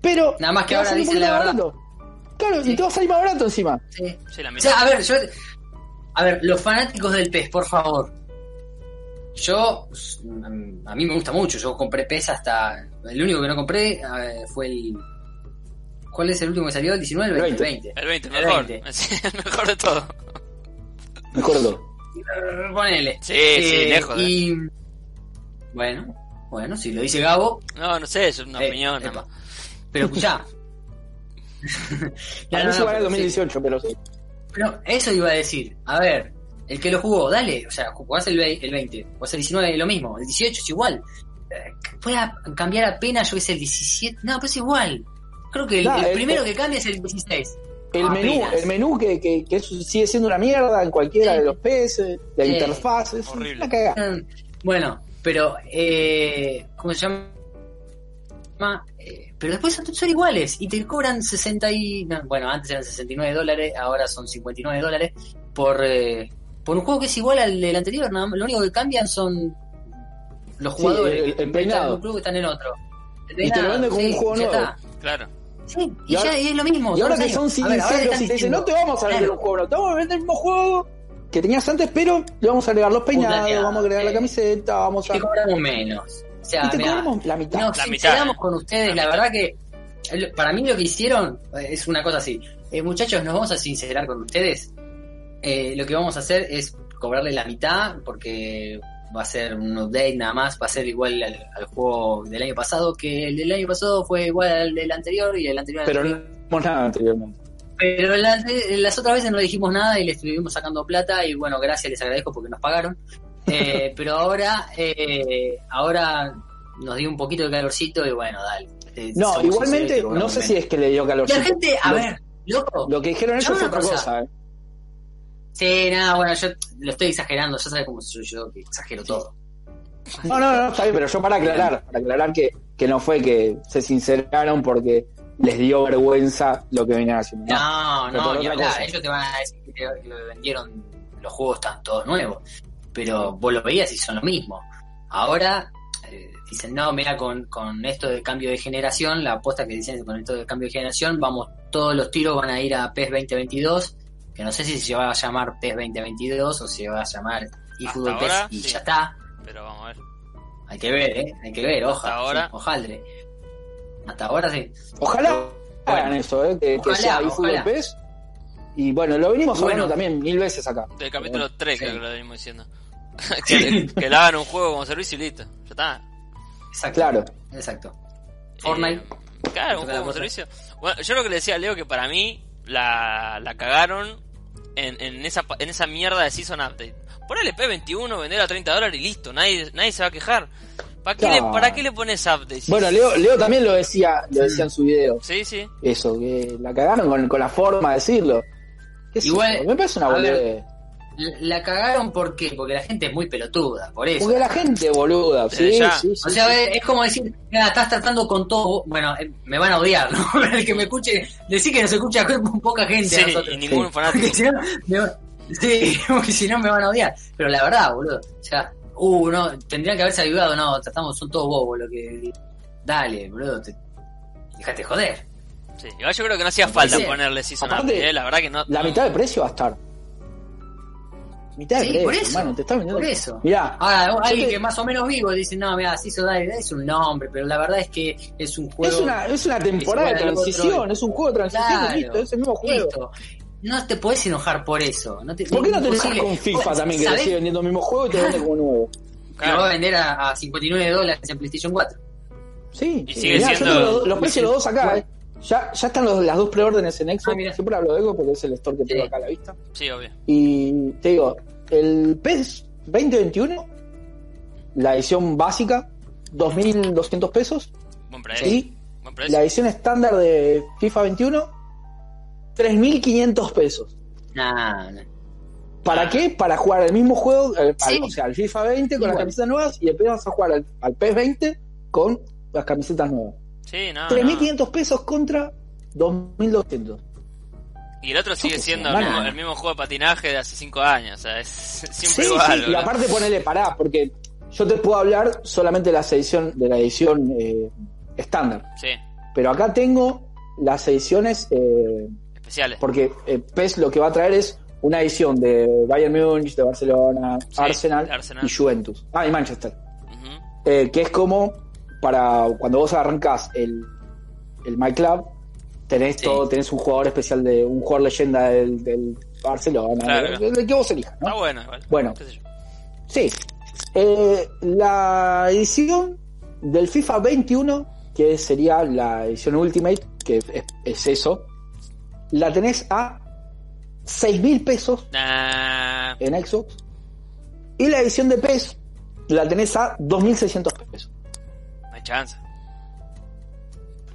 C: Pero
A: Nada más que
C: te va a
A: ahora
C: salir un
A: dicen la
C: poquito más
A: verdad.
C: barato. Claro,
A: Sí.
C: y te va a salir más barato encima.
A: Sí.
B: Sí, la
A: O
B: mitad.
A: sea, a ver, yo. A ver, los fanáticos del pez, por favor. Yo. mm, A mí me gusta mucho. Yo compré pez hasta. El único que no compré eh, fue el. ¿Cuál es el último que salió? El 19, el 20.
C: 20.
B: El 20,
A: El
B: mejor.
A: 20.
B: Sí, el mejor de todo.
C: Mejor de todo.
A: Ponele.
B: Sí, sí, lejos, eh.
A: Y. Bueno, bueno, si lo dice Gabo,
B: No, no sé, es una
A: Eh,
B: opinión.
A: epa.
B: nada más.
A: Pero escuchá. No, no,
C: A mí
A: no,
C: se va en el
A: pero sí.
C: 2018, pero sí.
A: Pero eso iba a decir. A ver, el que lo jugó, dale. O sea, jugás el, vei- el 20, jugás el 19, lo mismo. El 18 es igual. Eh, puede a- cambiar apenas, yo que sé, el 17. No, pero es igual. Creo que el,
C: Nah,
A: el
C: el-
A: primero
C: el-
A: que cambia es el 16.
C: El menú,
A: Apenas.
C: el menú que, que, que eso sigue siendo una mierda en cualquiera
A: Sí.
C: de los PS, la
A: Sí.
C: interfaz, es
B: Horrible.
C: una cagada.
A: Mm, Bueno, pero. Eh, ¿Cómo se llama? Eh, pero después son, son iguales y te cobran 60 y. no, bueno, antes eran 69 dólares, ahora son 59 dólares por, eh, por un juego que es igual al del anterior. nada más. lo único que cambian son los
C: Sí,
A: jugadores.
C: el- el
A: que están
C: peinado.
A: En un club y están en otro. El
C: Y te lo
A: peinado,
C: venden como un juego
A: ya
C: nuevo.
A: está.
B: Claro.
A: Sí, y,
C: Y
A: ya
C: ahora-
A: y es lo mismo.
C: Y ahora
A: todos
C: que son
A: los años. A ver, ahora le
C: sinceros
A: están
C: y te dicen,
A: diciendo,
C: no te vamos a vender
A: claro,
C: un juego, no, te vamos a vender el mismo juego que tenías antes, pero le vamos a agregar los peinados,
A: plateado,
C: vamos a agregar
A: sí.
C: la camiseta, vamos a...
A: Te cobramos menos. O sea,
C: Y te
A: mirá,
C: cobramos la mitad.
A: Nos
B: La mitad.
A: sinceramos con ustedes, la,
B: La
A: verdad que el- para mí lo que hicieron eh, es una cosa así. Eh, muchachos, nos vamos a sincerar con ustedes. Eh, lo que vamos a hacer es cobrarle la mitad porque va a ser un update nada más, va a ser igual al, al juego del año pasado, que el del año pasado fue igual al del anterior y el anterior al
C: Pero
A: anterior.
C: no hicimos nada anteriormente.
A: Pero la- las otras veces no dijimos nada y le estuvimos sacando plata y bueno, gracias, les agradezco porque nos pagaron. Eh, pero ahora, eh, ahora nos dio un poquito de calorcito y bueno, dale. Eh,
C: No,
A: somos
C: igualmente,
A: sinceros,
C: no sé si es que le dio calor.
A: La gente, a
C: Lo-
A: ver, loco.
C: Lo que dijeron ellos
A: Yo
C: es
A: una
C: otra
A: cosa.
C: cosa, eh.
A: Sí, nada, bueno, yo lo estoy exagerando, ya sabes cómo soy yo, que exagero todo.
C: No, no, no, está bien, pero yo para aclarar, para aclarar que, que no fue que se sinceraron porque les dio vergüenza lo que venían haciendo. ¿no?
A: No,
C: Pero
A: no,
C: por
A: ni
C: otra
A: hablar.
C: cosa.
A: Ellos te van a decir que lo que vendieron los juegos están todos nuevos. Pero vos lo veías y son lo mismo. Ahora eh, dicen, no, mira, con, con esto de cambio de generación, la apuesta que dicen con esto de cambio de generación, vamos, todos los tiros van a ir a PES 2022, que no sé si se va a llamar PES 2022 o se va a llamar eFootball PES
B: ahora,
A: y
B: sí.
A: ya está.
B: Pero vamos a ver.
A: Hay que ver, ¿eh? Hay que ver, ojalá.
B: ahora.
A: ojaldre. Hasta ahora sí.
C: Ojalá
A: Bueno.
C: hagan eso, eh, que, que
A: Ojalá,
C: sea
A: ojalá.
C: eFootball PES. Y bueno, lo venimos hablando
A: Bueno.
C: también mil veces acá. Eh,
B: Del capítulo 3
A: sí.
B: creo que lo venimos diciendo. que, que le hagan un juego como servicio y listo. Ya está.
A: Exacto.
C: Claro.
A: Exacto. Fortnite.
B: Eh,
A: Otra
B: claro, un juego como
A: cosa.
B: servicio. Bueno, yo lo que le decía a Leo que para mí la, la cagaron en, en, esa, pa- en esa mierda de Season Update. Ponele P21, vender a 30 dólares y listo. Nadie, nadie se va a quejar. ¿Para qué, le,
C: Claro.
B: ¿Para qué le pones Update?
C: Bueno, Leo, Leo también lo decía, lo decía en su video.
B: Sí, sí.
C: Eso, que la cagaron con, con la forma de decirlo. ¿Qué sé
A: Igual,
C: yo, me parece una
A: a ver,
C: boludez.
A: La la cagaron ¿por qué? porque la gente es muy pelotuda, por eso.
C: Porque la gente boluda, sí,
B: ya.
C: sí, sí.
A: O sea, es es como decir, "Mira, estás tratando con todo, bueno, eh, me van a odiar, ¿no? El que me escuche, decir que nos escucha con poca gente
B: Sí,
A: a nosotros.
B: y ningún
A: Porque
C: sí.
B: fanático.
A: si no, me va- sí, porque si no me van a odiar. Pero la verdad, boludo, o sea, uh, no, tendrían que haberse avivado, no, tratamos, son todos bobos lo que... Dale, boludo, te... dejate joder.
B: Sí, igual yo creo que no hacía falta
A: Sí.
B: ponerle Season
C: Aparte,
B: Update. eh, La verdad que no.
C: La
B: no.
C: mitad de precio va a estar. Mitad de
A: Sí,
C: precio,
A: por eso,
C: hermano, te está vendiendo.
A: por eso.
C: Mirá,
A: Ahora,
C: yo
A: alguien
C: te-
A: que más o menos vivo dice, no, mira, sí, eso da- es un nombre, pero la verdad es que es un juego...
C: es, una, es una temporada de
A: Igual al otro-
C: transición, es un juego de transición,
A: Claro.
C: listo, es el mismo juego.
A: Listo. No te podés enojar por eso. No te,
C: ¿Por qué no te enojas
A: imposible.
C: con FIFA
A: Vos,
C: también, que te
A: ¿sabés?
C: sigue vendiendo el mismo juego y te lo vende como nuevo?
A: Lo va a
B: Claro.
A: vender a, a 59 dólares en PlayStation 4.
C: Sí,
B: Y
C: sí.
B: sigue
C: Mirá, yo
B: siendo-
C: tengo los, los precios de los dos acá,
A: Bueno.
C: eh. Ya, ya están los- las dos preórdenes en Xbox.
A: Ah, mirá.
C: Siempre hablo de Xbox porque es el store que tengo
A: Sí.
C: acá a la vista.
B: Sí, obvio.
C: Y te digo, el PES 2021, la edición básica, 2.200 pesos.
B: Buen precio.
C: Y
B: Buen
C: la
B: precio.
C: edición estándar de FIFA 21, 3.500 pesos.
A: Nah, nah.
C: ¿Para qué? Para jugar el mismo juego, eh, al-
A: Ah. Sí.
C: o sea, al FIFA 20 con
A: Igual.
C: las camisetas nuevas y después vas a jugar al, al PES 20 con las camisetas nuevas.
B: Sí,
A: Ah.
B: no, no.
C: 3.500 pesos contra 2.200.
B: Y el otro sigue
C: qué sé,
B: siendo el
C: hermano.
B: mismo, el mismo juego de patinaje de hace 5 años. O sea, es siempre
C: Sí,
B: igual.
C: sí, y
B: boludo.
C: aparte ponele pará, porque yo te puedo hablar solamente de la edición, de la edición eh, estándar,
B: Sí,
C: pero acá tengo las ediciones, eh,
B: especiales.
C: porque eh, PES lo que va a traer es una edición de Bayern Múnich, de Barcelona,
B: Sí,
C: Arsenal,
B: de Arsenal.
C: y Juventus. Ah, y Manchester.
B: Ujú.
C: Eh, que es como para cuando vos arrancás el, el My Club, tenés
A: Sí.
C: todo, tenés un jugador especial de, un jugador leyenda del, del Barcelona,
B: Claro.
C: del, del que vos elijas, ¿no?
B: Está bueno, igual.
C: Bueno.
B: Qué sé yo.
C: Sí. Eh, la edición del FIFA 21, que sería la edición Ultimate, que es, es eso, la tenés a 6 mil pesos
B: Nah,
C: E en Xbox. Y la edición de PES la tenés a 2.600 pesos.
B: chance.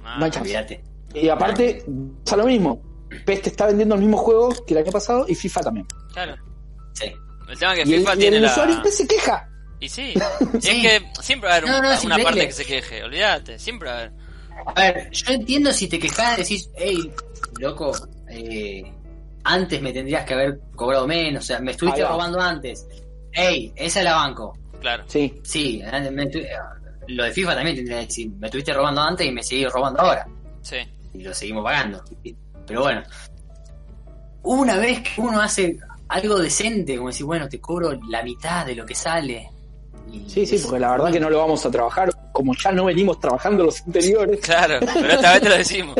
B: Ah,
C: No hay chance.
A: Olvídate.
C: Y aparte, pasa lo mismo. PES te está vendiendo el mismo juego que el año pasado y FIFA también.
B: Claro.
A: Sí.
B: El tema es que
C: Y el,
B: FIFA
C: y
B: tiene
C: el
B: la...
C: usuario este? PES se queja.
B: Y sí, es que siempre va a haber
A: No, no,
B: un-
A: es
B: una parte
A: increíble.
B: que se queje, olvídate, siempre va a haber.
A: A ver, yo entiendo si te quejas, decís, hey, loco, eh, antes me tendrías que haber cobrado menos, o sea, me estuviste
C: Ahí va.
A: robando antes. Hey, esa la banco.
B: Claro,
C: Sí.
A: Sí, antes me estu- eh, lo de FIFA también tendría que decir, me estuviste robando antes y me seguís robando ahora.
B: sí.
A: Y lo seguimos pagando. Pero bueno, una vez que uno hace algo decente, como decir, bueno, te cobro la mitad de lo que sale. y-
C: Sí, sí, porque la verdad que no lo vamos a trabajar como ya no venimos trabajando los anteriores.
B: Claro, pero esta vez te lo decimos.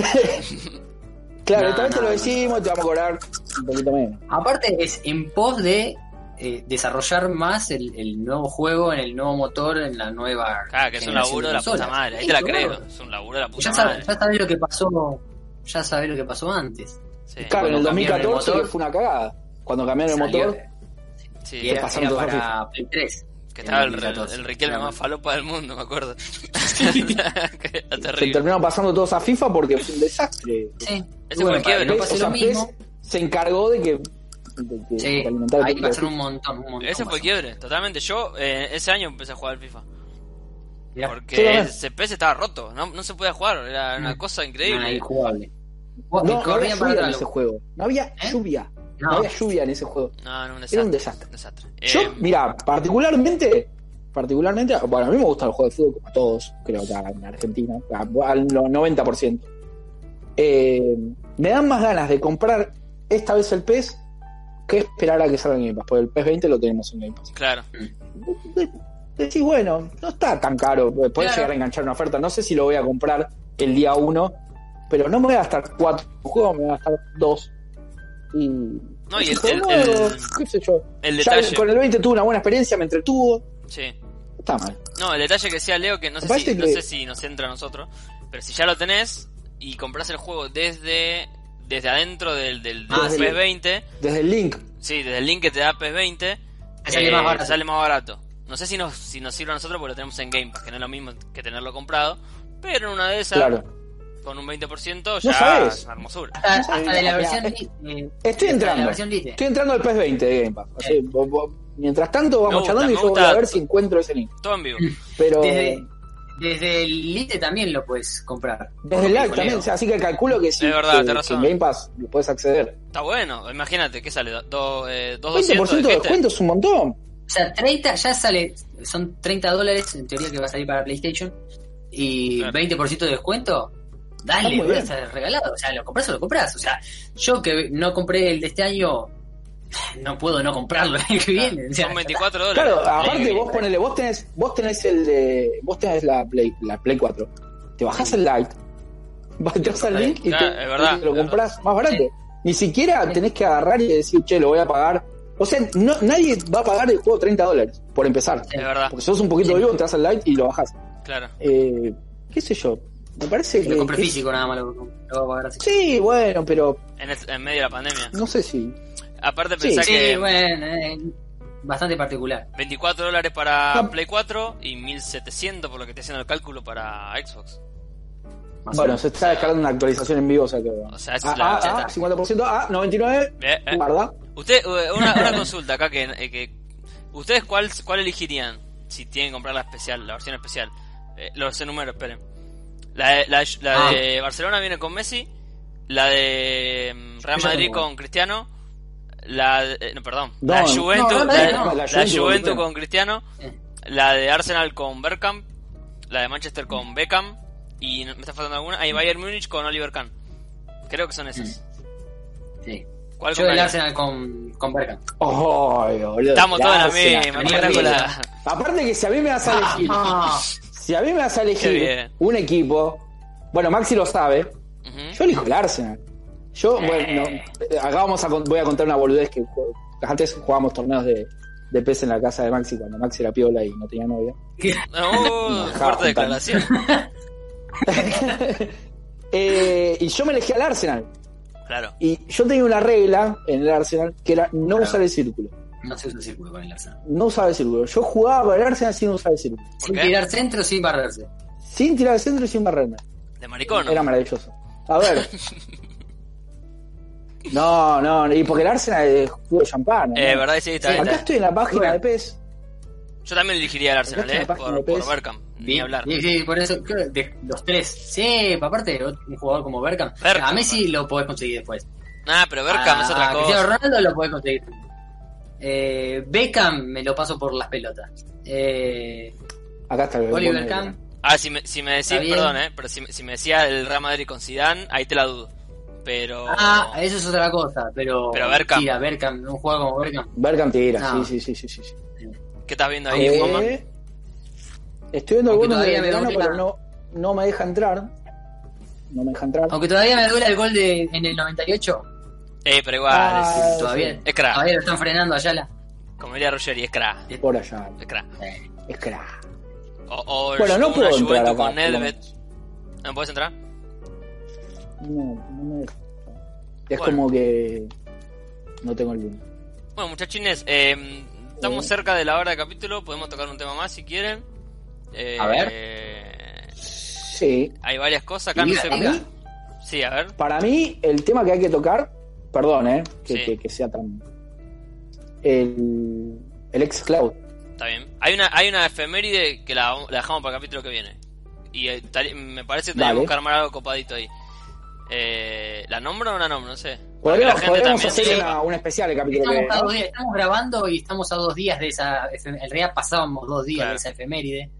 C: Claro,
A: No,
C: esta vez te
A: no,
C: lo
A: no.
C: decimos, te vamos a cobrar un poquito menos.
A: Aparte es en pos de eh, desarrollar más el, el nuevo juego, en el nuevo motor, en la nueva...
B: Claro, que es un
A: generación
B: laburo de la puta
A: consolas.
B: madre, ahí
A: Sí,
B: te la
A: claro.
B: creo, es un laburo de la puta
A: Ya sabes,
B: madre.
A: ya sabés lo que pasó, ya sabés lo que pasó antes.
B: Sí,
C: Claro, en el
A: Cuando cambiaron el
C: 2014
A: motor,
C: fue una cagada. Cuando cambiaron el
A: Salió-
C: motor,
B: sí,
A: y era,
C: pasó
A: era
C: en todas
A: para Play 3.
B: que estaba el, el,
A: 2014.
B: Riquelme más falopa del mundo, me acuerdo. Que era
C: se
B: terrible.
C: terminaron pasando todos a FIFA porque fue un desastre.
A: Sí.
B: Ese
A: Bueno, para que
B: fue el quiebre.
A: no
C: PES,
A: pase
C: o sea,
A: lo mismo.
C: PES se encargó de que, de que-
A: Sí,
C: de alimentar eh, el
A: ahí
C: público de
A: pasaron un montón, un montón.
B: Ese fue el
A: pasó.
B: quiebre, totalmente. Yo eh, ese año empecé a jugar al FIFA.
A: Mirá,
C: Sí,
B: Porque
C: bueno.
B: el CPS estaba roto, no, no se podía jugar, era una
A: Mm.
B: cosa
A: nada,
B: increíble.
A: injugable.
C: FIFA. No,
A: No,
C: no había
A: corrían para
C: lluvia en
A: atrás.
C: ese
A: loco.
C: juego. No había lluvia. No.
A: No.
C: había lluvia en ese juego.
B: No, no, un desastre.
C: Era un desastre.
B: desastre.
C: Yo,
B: Eh,
C: mira, particularmente, particularmente, bueno, a mí me gusta el juego de fútbol como a todos, creo que acá en Argentina, a- al 90%. Eh, me dan más ganas de comprar esta vez el PES que esperar a que salga el Game Pass, porque el PES 20 lo tenemos en Game Pass.
B: Claro,
C: De- Decís, bueno, no está tan caro, podés
A: Claro.
C: llegar a enganchar una oferta, no sé si lo voy a comprar el día 1, pero no me voy a gastar cuatro juegos, me voy a gastar dos. Y,
B: No, y el-
C: Juego
B: el-
C: nuevo,
B: el-
C: qué sé yo.
B: el
C: Ya
B: detalle.
C: con el 20 tuve una buena experiencia, me entretuvo.
B: sí.
C: No Está mal.
B: No, el detalle que decía Leo, que no sé,
C: Aparte
B: si, no
C: que-
B: sé si nos entra a nosotros, pero si ya lo tenés y compras el juego desde desde adentro del, del,
A: Ah,
B: del
C: sí.
B: PES 20,
C: Desde el link.
B: sí, desde el link que te da PES 20,
A: Te sale más barato.
B: sale más barato. No sé si nos, si nos sirve a nosotros porque lo tenemos en Game Pass, que no es lo mismo que tenerlo comprado, pero en una de esas,
C: Claro.
B: con un 20% ya
C: sabés.
B: es una hermosura.
A: Hasta,
C: No sabía,
A: hasta de la
C: mirá,
A: versión...
C: eh,
A: li- eh,
C: Estoy
A: hasta de La
C: entrando.
A: versión lite.
C: Estoy entrando al PES 20 de Game Pass. Así,
A: Eh.
C: vos- vos- mientras tanto vamos
B: gusta,
C: charlando y
B: me
C: yo voy
B: gusta.
C: a ver si encuentro ese link.
B: Todo en vivo.
C: Pero desde,
A: Desde, desde el Lite también lo puedes comprar.
C: el
A: Por
C: live también.
A: Nicoleo.
C: o sea, así que calculo que sí.
B: Es verdad,
C: que-
B: tenés
C: que
B: razón.
C: en Game Pass lo puedes acceder.
B: Está bueno, imagínate, ¿qué sale? Do, eh,
C: 20%
B: 2.200
C: de
B: de gente.
C: descuento es un montón.
A: O sea, 30 ya sale, son 30 dólares en teoría que va a salir para PlayStation y
B: Claro.
A: 20% de descuento.
C: Está
A: Dale,
C: muy
A: boludo,
C: bien.
A: está regalado. O sea, lo compras o lo compras. O sea, yo que no compré el de este año, no puedo no comprarlo el que viene. O sea,
B: Son 24 dólares.
C: Claro,
A: Sí,
C: aparte vos
A: sí.
C: ponele, vos tenés, vos tenés el de, vos tenés la Play, la Play 4. Te bajás el Lite, entras al link y
B: Claro,
C: te,
B: es verdad,
C: y te lo
B: es
C: compras más barato.
A: Sí.
C: Ni siquiera tenés que agarrar y decir, che, lo voy a pagar. O sea, no, nadie va a pagar el juego 30 dólares, por empezar.
B: Es verdad,
C: Porque sos un poquito vivo, entras al Lite y lo bajás.
B: claro.
C: Eh, qué sé yo, me parece que...
A: Lo compré
C: que-
A: físico nada más, lo, lo voy a pagar así.
C: Sí, bueno, pero
B: En, es- en medio de la pandemia.
C: no sé si...
B: Aparte
C: Sí.
B: pensá
A: Sí,
B: que
A: bueno, eh, bastante particular.
B: 24 dólares para
A: Ah.
C: No.
B: Play 4 y 1700 por lo que estoy haciendo el cálculo para Xbox.
A: más o
C: Bueno,
A: menos.
C: se está descargando una actualización en vivo, o sea que...
B: O sea, es
C: Ah,
B: la...
C: ah, ah, 50%, ah, 99,
B: Eh, eh.
C: guarda.
B: Usted, eh, una, una consulta acá que... eh, que- ¿Ustedes cuál, cuál elegirían si tienen que comprar la especial, la versión especial? Eh, los enumero, esperen. La de, la, de- la
A: Ah.
B: de Barcelona viene con Messi, la de mm, Real
C: Yo ya
B: Madrid
C: tengo.
B: con Cristiano, la de- eh, no, perdón,
C: No,
B: la
C: no,
B: Juventus,
A: no, no,
B: la,
A: no,
C: la
B: la
C: Juventus
B: Juventus
C: con Cristiano.
B: con Cristiano,
A: Eh.
B: la de Arsenal con Bergkamp, la de Manchester con Beckham y no- me está faltando alguna, hay Bayern Múnich con Oliver Kahn. Creo que son esas.
C: Mm.
A: Sí.
B: ¿Cuál
A: Yo el
B: compraría?
A: Arsenal con, con Berkham.
C: Ay, boludo,
B: Estamos todos en la
C: Arsenal,
B: misma,
A: mierda,
B: espectacular.
C: Aparte que si a mí me vas a elegir,
A: Ah,
C: si a mí me vas a
B: Qué
C: elegir
B: bien.
C: un equipo, bueno, Maxi lo sabe,
B: Ujú.
C: yo elijo el Arsenal. Yo,
B: Eh.
C: bueno, acá vamos a, con- voy a contar una boludez que jue- antes jugábamos torneos de, de pez en la casa de Maxi cuando Maxi era piola y no tenía novia.
B: Oh,
C: Ajá,
B: fuerte
C: un
B: declaración.
C: Eh, y yo me elegí al Arsenal.
B: Claro.
C: Y yo tenía una regla en el Arsenal que era no usar el círculo.
A: no se usa círculo con el Arsenal.
C: No usaba el círculo. Yo jugaba con el Arsenal sin usar el círculo.
A: Sin
B: qué?
A: tirar centro, sin barrerse.
C: Sin tirar al centro y sin barrerme.
B: De maricón. ¿no?
C: Era maravilloso. A ver. No, no, y porque el Arsenal es jugo de champán. ¿no?
B: Eh, verdad, sí, está bien,
C: Acá
B: está bien.
C: estoy en la página de PES.
B: Yo también elegiría el Arsenal,
C: Acá está
B: eh,
C: la página
B: por,
C: de
B: por
C: PES.
B: Berkham, ni
A: Bien,
B: hablar.
A: bien, sí, por eso, creo, de los tres. Sí, aparte, un jugador como Berkham.
B: Berkham,
A: a Messi lo podés conseguir después.
B: Ah, pero Berkham es otra
A: A Cristiano
B: cosa.
A: Ronaldo lo podés conseguir. Eh, Beckham me lo paso por las pelotas. Eh,
C: Acá está el
A: Oliver
C: el-
A: Kahn.
B: Ah, si me, si me decís,
A: Está bien.
B: perdón, eh, pero si, me- si me decía el Real Madrid con Zidane, ahí te la dudo. Pero...
A: Ah,
C: eh.
A: eso es otra cosa, pero.
B: Oh. Pero Berkham.
A: Sí, a Berkham, un jugador como Berkham.
C: Berkham tira,
B: Ah.
A: No.
C: sí, sí, sí, sí, sí.
B: ¿Qué estás viendo ahí,
C: Eh,
B: Juanma?
C: estoy viendo el
A: Aunque
C: bono de
A: todavía me
C: verano,
A: duele
C: pero
A: la-
C: no, no me deja entrar. No me deja entrar.
A: Aunque todavía me duele el gol de, en el 98.
B: Eh, pero igual,
C: Ah,
B: es-
C: sí.
A: todavía,
B: Es crack.
A: todavía lo están frenando allá. La...
B: como diría Ruggeri, es cra.
C: Por allá.
B: Es cra.
C: Es crack.
B: O, o
C: Bueno, no
B: una
C: puedo entrar
B: Juventus
C: acá.
B: con
C: por lo
B: Nedved.
C: menos.
B: ¿No puedes entrar?
C: No, no me deja. Es
B: Bueno.
C: como que no tengo el link.
B: Bueno, muchachines, eh, estamos
C: Eh.
B: cerca de la hora de capítulo. Podemos tocar un tema más si quieren. Eh,
A: A ver.
C: Sí.
B: Hay varias cosas acá.
A: Liga,
B: no sé-
A: liga.
B: Sí, a ver.
C: Para mí, el tema que hay que tocar, perdón, eh, que,
B: Sí.
C: que- que sea tan. El, el ex Cloud.
B: Está bien. Hay una, hay una efeméride que la, la dejamos para el capítulo que viene. Y eh, tal- me parece que tenemos
C: Dale.
B: que armar algo copadito ahí. Eh, ¿La nombro o no la nombro? No sé. Para que la
C: Podríamos,
B: gente
C: podríamos
B: también
C: hacer
B: sepa.
C: una, una especial el capítulo que
A: Estamos,
C: viene,
A: a
C: ¿no?
A: dos días- estamos grabando y estamos a dos días de esa. efe- En realidad pasábamos dos días
B: Claro.
A: de esa efeméride.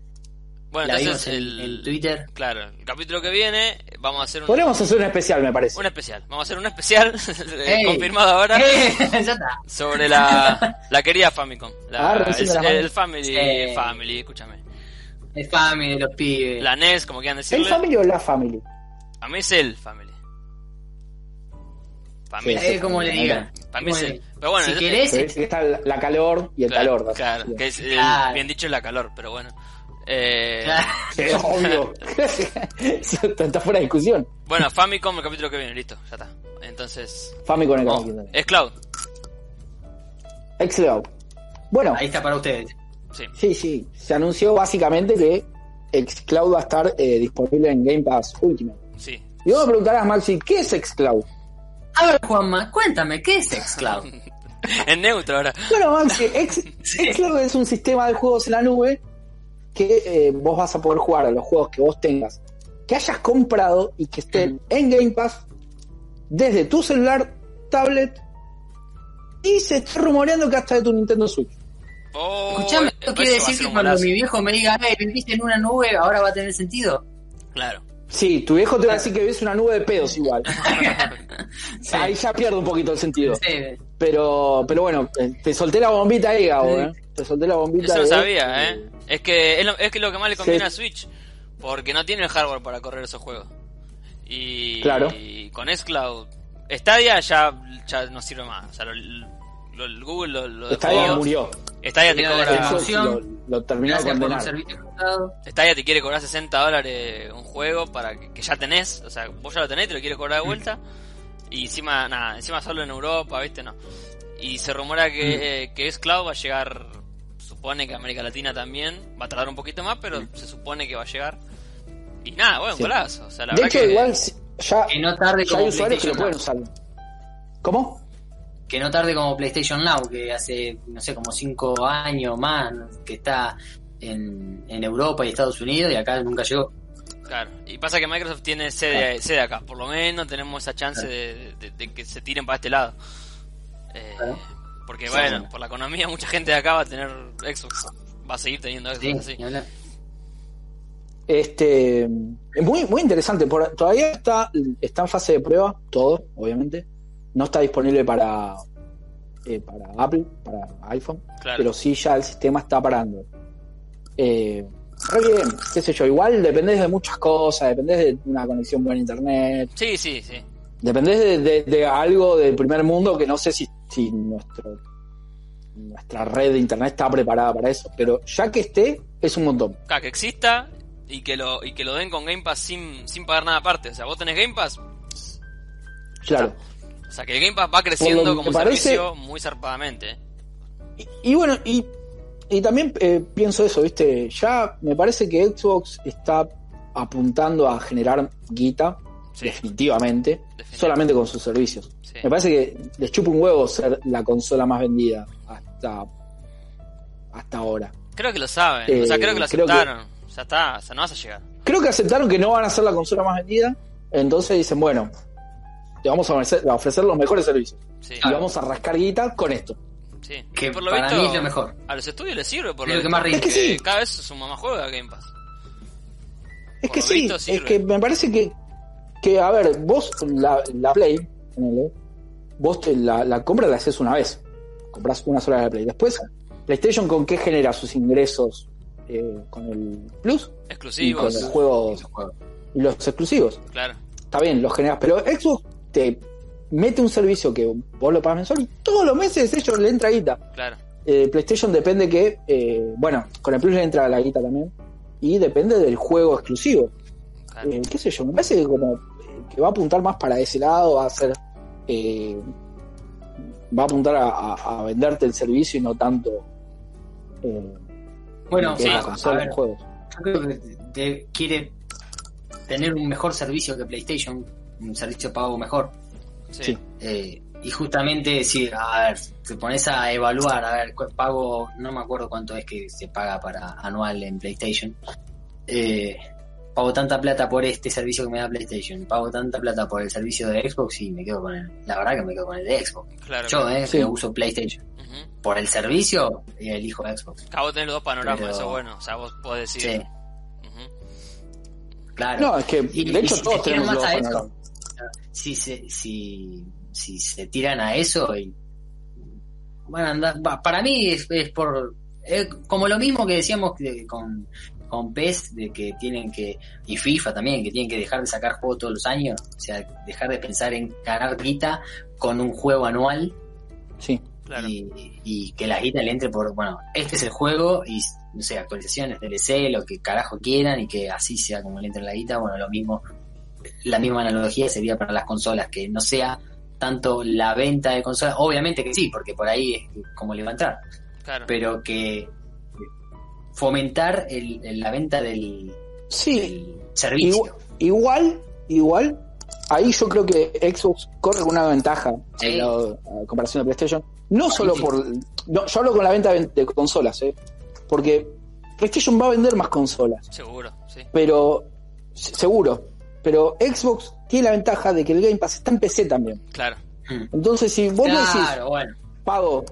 B: Bueno,
A: la vimos
B: entonces
A: en,
B: el,
A: en Twitter.
B: Claro, el capítulo que viene eh, vamos a hacer un,
C: Podríamos hacer una especial, me parece.
B: un especial. Vamos a hacer un especial eh,
A: Ey.
B: confirmado ahora
A: Eh, ya está.
B: sobre la, la querida Famicom. La-
C: Ah,
B: el,
C: recién de la mano.
B: el Family,
A: Sí.
B: Family, escúchame.
A: El family de los pibes.
B: La NES, como quieran
C: ¿El
B: decirle.
C: Family o la Family?
B: A mí es el Family. Family.
A: Eh, como le digan.
B: Para mí es
A: Como
B: el-
A: le-
B: Pero bueno,
A: si
B: el-
A: querés,
C: Porque es que Está la la calor y el
B: claro,
C: calor. ¿no?
B: claro, que es el-
A: Claro.
B: bien dicho la calor, pero bueno. Eh,
A: este,
C: Sí, es obvio. Eso está- está fuera de discusión.
B: bueno, Famicom, el capítulo que viene, listo, ya está. Entonces,
C: Fami con el
B: vamos.
C: capítulo.
B: es Cloud,
C: Ex Cloud. Bueno,
A: ahí está para ustedes.
B: sí.
C: sí, sí. Se anunció básicamente que Ex Cloud va a estar eh, disponible en Game Pass Ultimate.
B: Sí.
C: Y vos me preguntarás, Maxi, ¿qué es Xcloud?
A: A ver, Juanma, cuéntame, ¿qué es Xcloud?
B: En neutro ahora.
C: Bueno, Maxi, X, Xcloud es un sistema de juegos en la nube que eh, vos vas a poder jugar a los juegos que vos tengas, que hayas comprado y que estén en Game Pass desde tu celular, tablet y se está rumoreando que hasta de tu Nintendo Switch.
B: Oh,
A: Escuchame,
B: eso
A: esto quiere
B: va a
A: decir
B: ser
A: que
B: un
A: cuando
B: golazo.
A: mi viejo me diga, eh, viviste en una nube, ahora va a tener sentido.
B: Claro.
C: Sí, tu viejo te va a decir que ves una nube de pedos igual.
A: Sí.
C: Ahí ya pierde un poquito el sentido.
A: Sí.
C: Pero, pero bueno, eh, te solté la bombita ahí, Gabo, ¿eh? Te solté la bombita
B: Eso lo
C: de-
B: sabía, ¿eh? Es que es, lo, es que lo que más le conviene
C: Sí.
B: a Switch. Porque no tiene el hardware para correr esos juegos. Y,
C: Claro.
B: y con xCloud. Stadia ya, ya no sirve más. O sea, lo, lo- el Google lo, lo dejó.
C: Stadia murió.
B: Stadia te
A: Murió de
B: cobra.
A: la-
C: Eso
A: evolución.
C: lo, lo terminó
A: Gracias
C: de
A: por un
C: condenar.
A: servicio prestado.
B: Stadia te quiere cobrar 60 dólares un juego para que, que ya tenés. O sea, vos ya lo tenés, te lo quiere cobrar de vuelta. Y encima, nada, encima solo en Europa, ¿viste? No. Y se rumora que, eh, que xCloud va a llegar. Supone que a América Latina también. Va a tardar un poquito más, pero se supone que va a llegar. Y nada, bueno,
C: Sí.
B: golazo. O sea, la
C: De
B: verdad
C: hecho,
B: que
C: igual si- ya,
A: Que no tarde
C: ya hay
A: como
C: usuarios que lo pueden
A: PlayStation
C: usar. ¿Cómo?
A: Now. Que no tarde como PlayStation Now, que hace, no sé, como cinco años más, que está en, en Europa y Estados Unidos y acá nunca llegó.
B: Claro, y pasa que Microsoft tiene sede, sede acá, por lo menos tenemos esa chance de, de- de que se tiren para este lado. Eh,
A: Claro.
B: Porque
A: Sí,
B: bueno,
A: bueno.
B: por la economía mucha gente de acá va a tener Xbox, va a seguir teniendo Xbox
A: Sí,
B: así.
A: ni hablar.
C: Este, es muy, muy interesante. Por, todavía está, está en fase de prueba, todo, obviamente. No está disponible para, eh, para Apple, para iPhone,
B: Claro.
C: pero sí ya el sistema está parando. Eh, re bien, qué sé yo, igual dependés de muchas cosas, dependés de una conexión buena a internet,
B: Sí, sí, sí.
C: Dependés de, de- de algo del primer mundo que no sé si, si nuestro, nuestra red de internet está preparada para eso, pero ya que esté, es un montón.
B: Acá, que exista y que lo y que lo den con Game Pass sin, sin pagar nada aparte. O sea, vos tenés Game Pass,
C: Claro.
B: o sea que el Game Pass va creciendo
C: que
B: como
C: parece-
B: servicio muy zarpadamente. ¿eh?
C: Y, y bueno, y, y también eh, pienso eso, ¿viste? Ya me parece que Xbox está apuntando a generar guita,
B: Sí.
C: definitivamente,
B: Definitivamente.
C: solamente con sus servicios.
B: Sí.
C: Me parece que les chupa un huevo ser la consola más vendida hasta, hasta ahora.
B: Creo que lo saben,
C: Eh,
B: o sea, creo que lo
C: creo que-
B: aceptaron. Ya está, o sea, no vas a llegar.
C: Creo que aceptaron que no van a ser la consola más vendida, entonces dicen, bueno, te vamos a ofrecer, a ofrecer los mejores servicios
B: Sí,
C: y vamos a rascar guita con esto.
B: sí.
A: Que
B: Y por lo
A: para
B: visto,
A: mí es lo mejor.
B: A los estudios les sirve, por
A: Es lo
B: lo
A: que
B: visto,
A: más rinde.
C: Es que sí.
B: porque Cada vez su mamá juega a Game Pass.
C: Es que
B: Por lo
C: sí,
B: visto
C: es
B: sirve.
C: que me parece que, que a ver, vos la, la Play, ponele, vos te- la, la compra la haces una vez, compras una sola de la Play. Después, PlayStation con qué genera sus ingresos eh, con el Plus y con
B: Exclusivos,
C: los juegos,
A: Esos juegos.
C: y los exclusivos.
B: claro.
C: Está bien, los generas, pero Xbox te mete un servicio que vos lo pagas mensual y todos los meses ellos le entra guita.
B: Claro,
C: Eh, PlayStation depende que, eh, bueno, con el Plus le entra la guita también y depende del juego exclusivo
B: claro.
C: eh, qué sé yo, me parece que como eh, que va a apuntar más para ese lado, va a ser eh, va a apuntar a, a- a venderte el servicio y no tanto eh,
A: Bueno,
C: que
A: sí,
C: la
A: a
C: consola de
A: ver,
C: juegos.
A: yo creo que te- quiere tener un mejor servicio que PlayStation, un servicio pago mejor.
B: Sí.
C: sí.
A: Eh, y justamente si a ver, te pones a evaluar, a ver, cu- pago, no me acuerdo cuánto es que se paga para anual en PlayStation. Eh, pago tanta plata por este servicio que me da PlayStation, pago tanta plata por el servicio de Xbox y me quedo con el, la verdad que me quedo con el de Xbox.
B: claro.
A: Yo, eh,
C: Sí.
A: que uso PlayStation.
B: Ujú.
A: Por el servicio, eh, elijo Xbox.
B: Acá vos tenés los dos panoramas,
A: Pero-
B: eso es bueno. O sea, vos podés
A: Sí,
B: decir. Ujú.
A: claro.
C: No, es que
A: Y-
C: de
A: y
C: hecho
A: si
C: todos
A: se tiran
C: tenemos
A: más
C: los
A: a
C: panoramas.
A: eso, si se, si, si se tiran a eso y van a andar, va, para mí es, es por es como lo mismo que decíamos que con, con PES de que tienen que y FIFA también que tienen que dejar de sacar juegos todos los años, o sea, dejar de pensar en ganar guita con un juego anual
C: Sí.
B: Claro.
A: y, y que la guita le entre por, bueno, este es el juego y, no sé, actualizaciones, DLC, lo que carajo quieran y que así sea como le entre la guita. Bueno, lo mismo, la misma analogía sería para las consolas, que no sea tanto la venta de consolas, obviamente que sí, porque por ahí es como le va a entrar,
B: Claro.
A: pero que fomentar el- el- la venta del,
C: Sí,
A: del servicio.
C: Igual, igual, igual, ahí yo creo que Xbox corre con una ventaja
A: Sí.
C: al lado- a comparación de PlayStation. No solo por. No, yo hablo con la venta de, de consolas, ¿eh? Porque PlayStation va a vender más consolas,
B: Seguro, sí.
C: pero. se- Seguro. Pero Xbox tiene la ventaja de que el Game Pass está en PC también.
B: Claro.
A: Mm.
C: Entonces, si vos me decís,
A: Claro, bueno.
C: pago,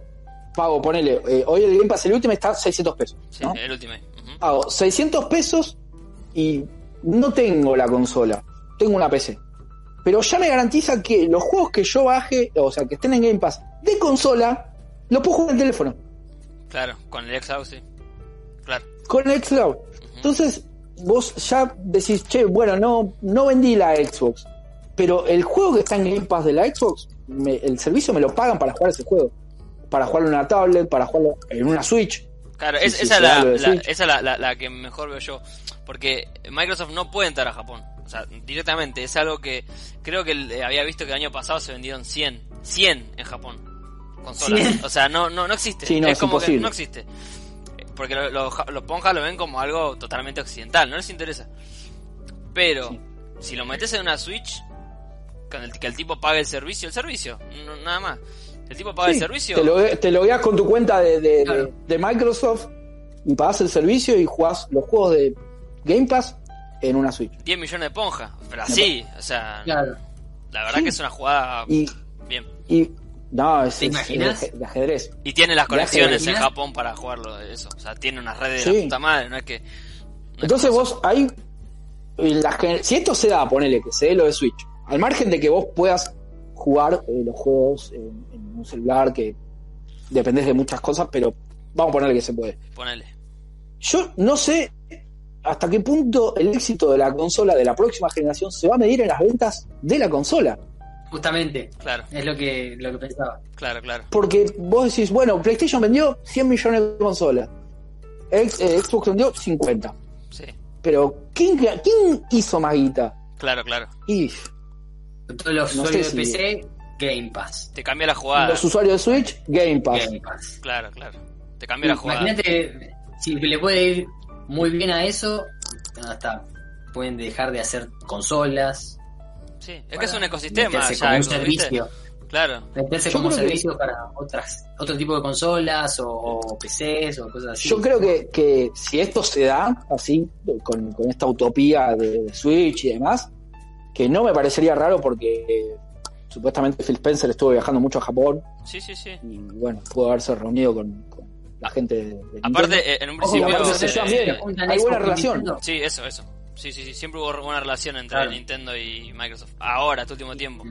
C: pago, ponele, eh, hoy el Game Pass, el último está a 600 pesos.
B: Sí,
C: ¿no?
B: el último. Ujú.
C: Pago 600 pesos y no tengo la consola, tengo una PC. Pero ya me garantiza que los juegos que yo baje, o sea, que estén en Game Pass de consola, los puedo jugar en el teléfono,
B: Claro, con el Xbox, sí. Claro.
C: con el Xcloud. Entonces, vos ya decís, che, bueno, no, no vendí la Xbox, pero el juego que está en Game Pass de la Xbox, me- el servicio me lo pagan para jugar ese juego. Para jugarlo en una tablet, para jugarlo en una Switch.
B: Claro,
C: Sí,
B: es-
C: sí,
B: esa es
C: claro,
B: la,
C: lo de
B: la-
C: Switch.
B: esa es la, la- la que mejor veo yo. Porque Microsoft no puede entrar a Japón. O sea, directamente. Es algo que creo que eh, había visto que el año pasado se vendieron 100. 100 en Japón. Consolas. O sea, no, no, no existe.
C: Sí, no,
B: es,
C: es
B: como que
C: imposible.
B: no existe. Porque lo- lo- los ponjas lo ven como algo totalmente occidental. No les interesa. Pero, si lo metes en una Switch, con el- que el tipo pague el servicio, el servicio. no- nada más. El tipo paga
C: Sí,
B: el servicio.
C: Te, lo, te logueas con tu cuenta de, de-
A: Claro.
C: de Microsoft y pagás el servicio y jugás los juegos de Game Pass en una Switch.
B: 10 millones de ponjas. Pero así, o sea,
A: Claro.
B: la verdad
C: Sí.
B: que es una jugada
C: Y,
B: bien.
C: y no, es,
A: ¿Te
C: es
A: imaginas?
C: de ajedrez.
B: Y tiene las
C: Viaje de
B: conexiones en
A: Navidad.
B: Japón para jugarlo, eso. O sea, tiene unas redes de
C: Sí.
B: la puta madre, no es que... no es que
C: Entonces
B: eso-
C: vos ahí, en la gen- si esto se da, ponele que se dé lo de Switch, al margen de que vos puedas jugar eh, los juegos en, en un celular que dependés de muchas cosas, pero vamos a ponerle que se puede.
B: Ponele.
C: Yo no sé hasta qué punto el éxito de la consola de la próxima generación se va a medir en las ventas de la consola.
A: Justamente,
B: Claro,
A: es lo que, lo que pensaba.
B: claro, claro.
C: Porque vos decís, bueno, PlayStation vendió 100 millones de consolas. Ex- eh, Xbox vendió 50.
B: Sí,
C: Pero ¿quién, quién hizo más guita?
B: claro, claro.
C: Y
A: Todos los
C: No sé
A: usuarios
C: si-
A: de PC, Game Pass.
B: Te cambia la jugada.
C: los usuarios de Switch, Game Pass.
A: Game Pass.
B: Claro, claro. Te cambia la jugada.
A: Imagínate si le puede ir muy bien a eso, hasta pueden dejar de hacer consolas.
B: Sí, es que
A: para
B: es un ecosistema.
A: meterse
B: Ya,
A: como un
B: ¿viste?
A: servicio.
B: Claro.
A: Meterse
C: Yo
A: como
C: creo que-
A: servicio para otras, otro tipo de consolas o, o PCs o cosas así.
C: Yo creo que, que si esto se da así, con, con esta utopía de Switch y demás, que no me parecería raro porque eh, supuestamente Phil Spencer estuvo viajando mucho a Japón
B: Sí, sí, sí.
C: y bueno, pudo haberse reunido con, con la gente de, de
B: Aparte,
C: Nintendo.
B: eh, en un
A: Ojo,
B: principio.
C: aparte se
B: eh,
C: llevan bien.
B: eh,
A: Apuntan
C: Hay
A: eso
C: buena
A: con
C: relación.
A: Nintendo.
B: Sí, eso, eso. Sí, sí, sí. Siempre hubo buena relación entre
A: Claro.
B: Nintendo y Microsoft. Ahora, este último tiempo.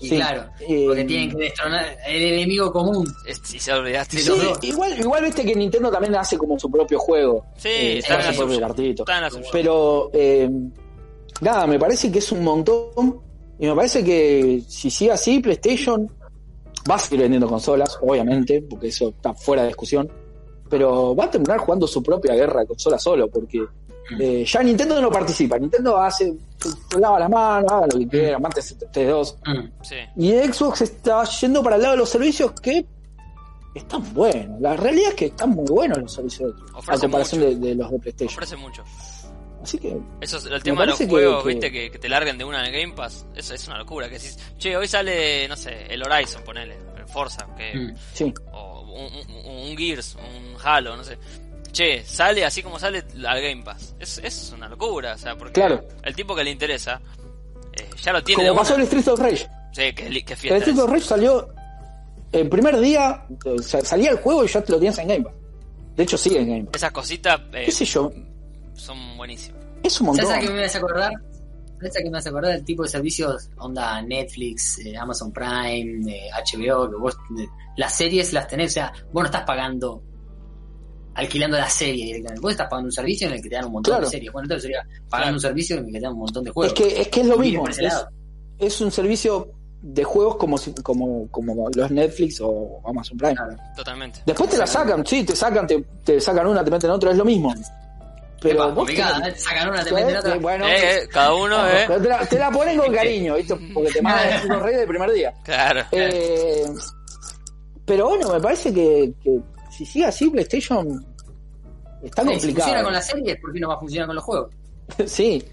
A: Y
C: Sí.
A: claro,
C: Eh,
A: porque tienen que destronar el enemigo común.
B: Es- Si se olvidaste.
A: Sí,
C: sí,
B: Sí,
A: los dos.
C: igual, igual viste que Nintendo también hace como su propio juego. Eh,
B: está en
C: hace
B: la
C: su propio
B: suya.
C: cartito.
B: Está en la suya.
C: Pero, eh, nada, me parece que es un montón. Y me parece que si sigue así, PlayStation va a seguir vendiendo consolas, obviamente, porque eso está fuera de discusión. Pero va a terminar jugando su propia guerra de consolas solo, porque eh, ya Nintendo no participa. Nintendo hace, se lava la mano, haga lo que quiera, mate 72.
A: Mm.
B: Sí.
C: Y Xbox está yendo para el lado de los servicios que están buenos. La realidad es que están muy buenos los servicios de Xbox, a
B: Ofrecen
C: comparación de,
B: mucho.
C: de los de PlayStation.
B: Ofrece mucho.
C: Así que
B: Eso es el tema de los
C: parece que-
B: juegos,
C: que-
B: viste, que, que te larguen de una en el Game Pass. Eso es una locura. Que decís, che, hoy sale, no sé, el Horizon, ponele, el Forza, que,
A: Mm.
C: Sí,
B: o un, un- un Gears, un Halo, no sé. Che, sale así como sale al Game Pass. Es, es una locura, o sea, porque
C: Claro.
B: el tipo que le interesa eh, ya lo tiene de
C: como pasó
B: una.
C: el Street of Rage.
B: Sí, que, li- que
C: El
B: fiesta.
C: Street of Rage salió el primer día, o sea, salía el juego y ya te lo tenías en Game Pass. De hecho, sigue en Game Pass.
B: Esas cositas eh,
C: ¿Qué sé yo?
B: son buenísimas.
C: Es un montón.
A: ¿Sabes a qué me vas a acordar? ¿Sabes a qué me vas a acordar del tipo de servicios onda Netflix, eh, Amazon Prime, eh, HBO? Que vos, eh, las series las tenés, o sea, vos no estás pagando, alquilando la serie directamente. Vos estás pagando un servicio en el que te dan un montón
C: Claro.
A: de series. Bueno, entonces sería pagando un servicio en el que te dan un montón de
C: Es
A: juegos.
C: que, es que es lo
A: Bien
C: mismo.
A: por ese
C: Es,
A: lado.
C: es un servicio de juegos como, si- como, como los Netflix o Amazon Prime.
A: Claro.
B: Totalmente.
C: Después te la sacan, sí, te sacan, te, te sacan una, te meten otra, es lo mismo. Pero
A: Epa,
C: vos
A: complicada,
C: te-
A: ¿eh? Te sacan una, te meten otra.
C: Eh, bueno,
B: Eh, eh, cada uno, eh.
C: pero te, la, te la ponen con cariño, ¿viste? porque te mandan el Street of Rage del primer día.
B: Claro.
C: Eh, pero bueno, me parece que, que si sigue así, PlayStation está
A: Eh, Si funciona con
C: complicado.
A: las series, ¿por qué no va a funcionar con los juegos?
C: sí.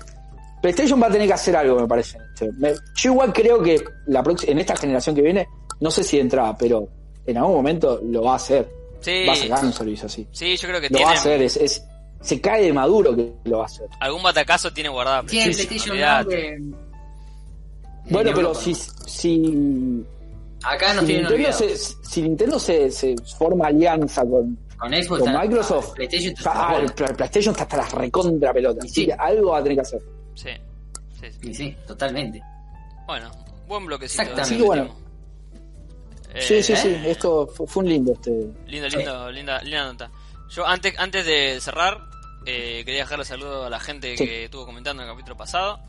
C: PlayStation va a tener que hacer algo, me parece. Este, me- yo igual creo que la próxima, en esta generación que viene, no sé si entra, pero en algún momento lo va a hacer.
B: Sí.
C: Va a sacar un servicio así.
B: Sí, yo creo que
C: Lo va a
B: tiene.
C: hacer, es, es- se cae de maduro que lo va a hacer.
B: Algún batacazo tiene guardado.
A: Tiene
B: Sí,
A: PlayStation
B: olvidate.
A: Now que-
C: Bueno,
A: en
C: pero
A: Europa,
C: si,
A: ¿no?
C: si,
A: Acá nos
C: si
A: tienen
C: Nintendo,
A: olvidados.
C: se, si Nintendo se- se forma alianza con,
A: Con Xbox,
C: con
A: está-
C: Microsoft.
A: PlayStation está-
C: Ah, el, Pla- PlayStation está hasta las recontra pelotas.
A: Y sí.
C: Así que Algo va a tener que hacer.
B: Sí. Sí, sí.
A: Y sí, totalmente.
B: Bueno, buen bloquecito.
A: Exactamente.
C: Así que bueno.
B: Eh,
C: sí, sí,
B: ¿eh?
C: sí. Esto fu- fue un lindo este.
B: Lindo, lindo, linda, linda nota. Yo antes, antes de cerrar, eh, quería dejar los saludos a la gente
C: Sí.
B: que estuvo comentando en el capítulo pasado.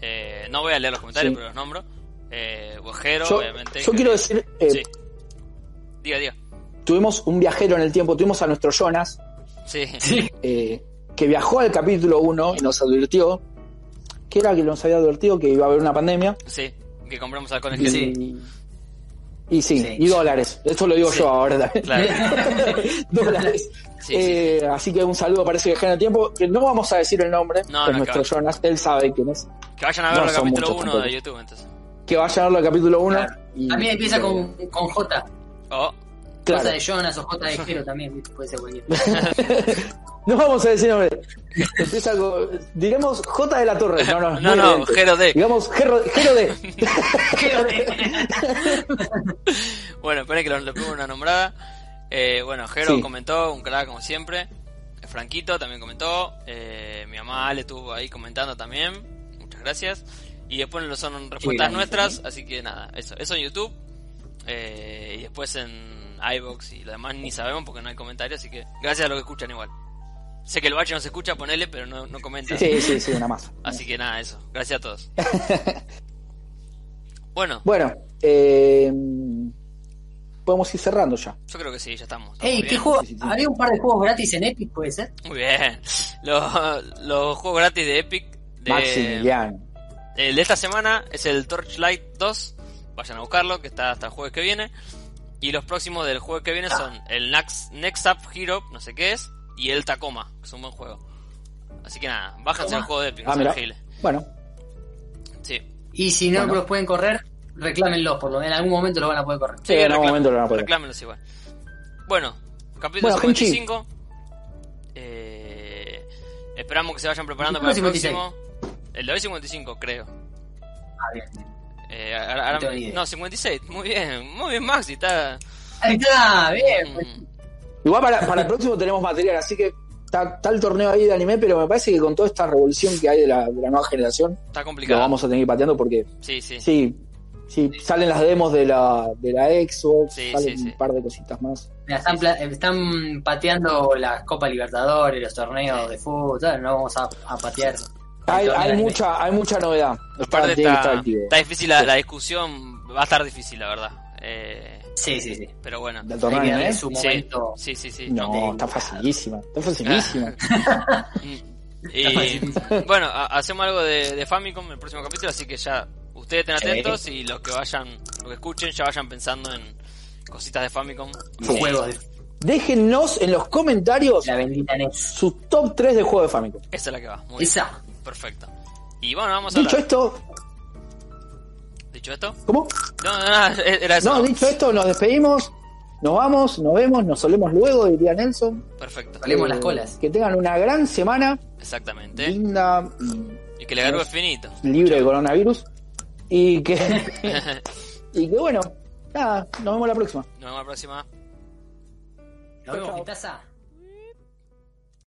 B: Eh, no voy a leer los comentarios,
C: Sí.
B: pero los nombro. Eh, Bojero,
C: Yo,
B: obviamente.
C: yo
B: que-
C: quiero decir, eh,
B: Sí. Diga, diga.
C: tuvimos un viajero en el tiempo, tuvimos a nuestro Jonas,
B: Sí.
C: eh, que viajó al capítulo 1 y nos advirtió, que era que nos había advertido que iba a haber una pandemia.
B: Sí, que compramos alcohol en
C: Y,
B: gel.
A: Sí.
C: y sí,
A: Sí.
C: y dólares. Esto lo digo yo ahora también.
B: Claro.
C: dólares.
B: Sí,
C: Eh, Así que un saludo para ese viajero en el tiempo, que no vamos a decir el nombre,
B: No,
C: que
B: no,
C: nuestro
B: claro.
C: Jonas, él sabe quién es.
B: Que vayan a ver
C: No
B: el
C: son
B: capítulo
C: muchos
B: 1 de
C: tampoco.
B: YouTube, entonces.
C: que vayan a verlo al capítulo 1.
A: Claro. También empieza con, con J.
B: Oh,
C: Claro.
A: J de Jonas o J de Jero también, ¿viste? puede ser cualquier.
C: No vamos a decir nombre. Empieza con. Diremos J de la Torre. No, no, es
B: No,
C: muy
B: no,
C: evidente.
B: Jero D.
C: Digamos Jero, Jero D.
A: Jero de-
B: Bueno, esperen que lo, lo pongo una nombrada. Eh, bueno, Jero
C: Sí.
B: comentó, un crack como siempre. Eh, Franquito también comentó. Eh, mi mamá Ale estuvo ahí comentando también. Muchas gracias. Y después lo son respuestas
A: grande,
B: nuestras, así que nada, eso. Eso en YouTube. Eh, y después en iBox y lo demás ni sabemos porque no hay comentarios, así que gracias a los que escuchan igual. Sé que el bache no se escucha, ponele, pero no, no comenta.
C: Sí, sí, sí, una más.
B: Así que nada, eso. Gracias a todos. bueno,
C: Bueno, eh, podemos ir cerrando ya.
B: yo creo que sí, ya estamos. estamos
A: Ey,
B: bien.
A: ¿qué juego?
C: Sí, sí, sí.
A: Había un par de juegos gratis en Epic, puede ser.
B: Muy bien. Los, los juegos gratis de Epic. De,
C: Maximilian.
B: el de esta semana es el Torchlight 2. Vayan a buscarlo, que está hasta el jueves que viene. Y los próximos del jueves que viene son el Next, Next Up Hero, no sé qué es, y el Tacoma, que es un buen juego. Así que nada, bájense el juego de Epic,
C: Ah,
B: no sean
C: mira.
B: giles.
C: Bueno,
B: Sí.
A: Y si no
C: Bueno.
A: los pueden correr, reclámenlos, por lo menos en algún momento lo van a poder correr.
C: Sí, en algún
B: reclamen-
C: momento lo van a poder.
B: reclámenlos igual. Bueno, capítulo
C: Bueno, Genchi.
B: 55. Eh, esperamos que se vayan preparando para el
A: Capítulo 56.
B: próximo. El de hoy 55, creo.
A: Ah, bien.
B: Eh, ahora- ahora-
A: No tengo ni idea.
B: no, 56. Muy bien, muy bien, Maxi. Está.
A: Ahí está, bien.
B: mm,
C: igual para, para el próximo tenemos material, así que está, está el torneo ahí de anime, pero me parece que con toda esta revolución que hay de la, de la nueva generación,
B: está
C: lo
B: complicado.
C: vamos a tener que ir pateando porque
B: Sí, sí.
C: sí, sí, salen las demos de la, de la Xbox,
B: Sí,
C: salen
B: sí, sí.
C: un par de cositas más.
A: Mira, están, pla- están pateando las Copas Libertadores, los torneos de fútbol, todo, no vamos a, a patear.
C: Hay,
A: El torneo
C: hay
A: de-
C: mucha, hay mucha novedad. Está,
B: Aparte
C: tiene que
B: está,
C: estar activo.
B: está difícil la, la discusión. Va a estar difícil, la verdad. Eh,
A: Sí, sí, sí.
B: pero bueno.
C: Del
A: Hay
C: torneo,
A: que darle
C: ¿eh?
A: su
B: Sí,
A: momento.
B: Sí, sí, sí.
C: No, está facilísima, está facilísima.
B: Mm. Y bueno, ha- hacemos algo de, de Famicom en el próximo capítulo, así que ya ustedes estén
A: Sí.
B: atentos y los que vayan, los que escuchen, ya vayan pensando en cositas de Famicom.
A: Los juegos de
C: Déjennos en los comentarios
A: la bendita NES.
C: su top 3 de juego de Famicom.
B: Esa es la que va. Muy bien.
A: Esa.
B: Perfecto. Y bueno, vamos a
C: Dicho
B: hablar.
C: esto,
B: Dicho esto.
C: ¿cómo?
B: No, no, no, era eso.
C: No, dicho esto, nos despedimos, nos vamos, nos vemos, nos solemos luego, diría Nelson.
B: Perfecto.
A: Valemos
C: Eh,
A: las colas.
C: Que tengan una gran semana,
B: Exactamente.
C: linda y
B: Y que le agarró finito.
C: libre de coronavirus. Y que, y que bueno, nada, nos vemos la próxima.
B: Nos vemos la próxima.
A: ¿Nos vemos,
C: Chao.
A: Gitaza?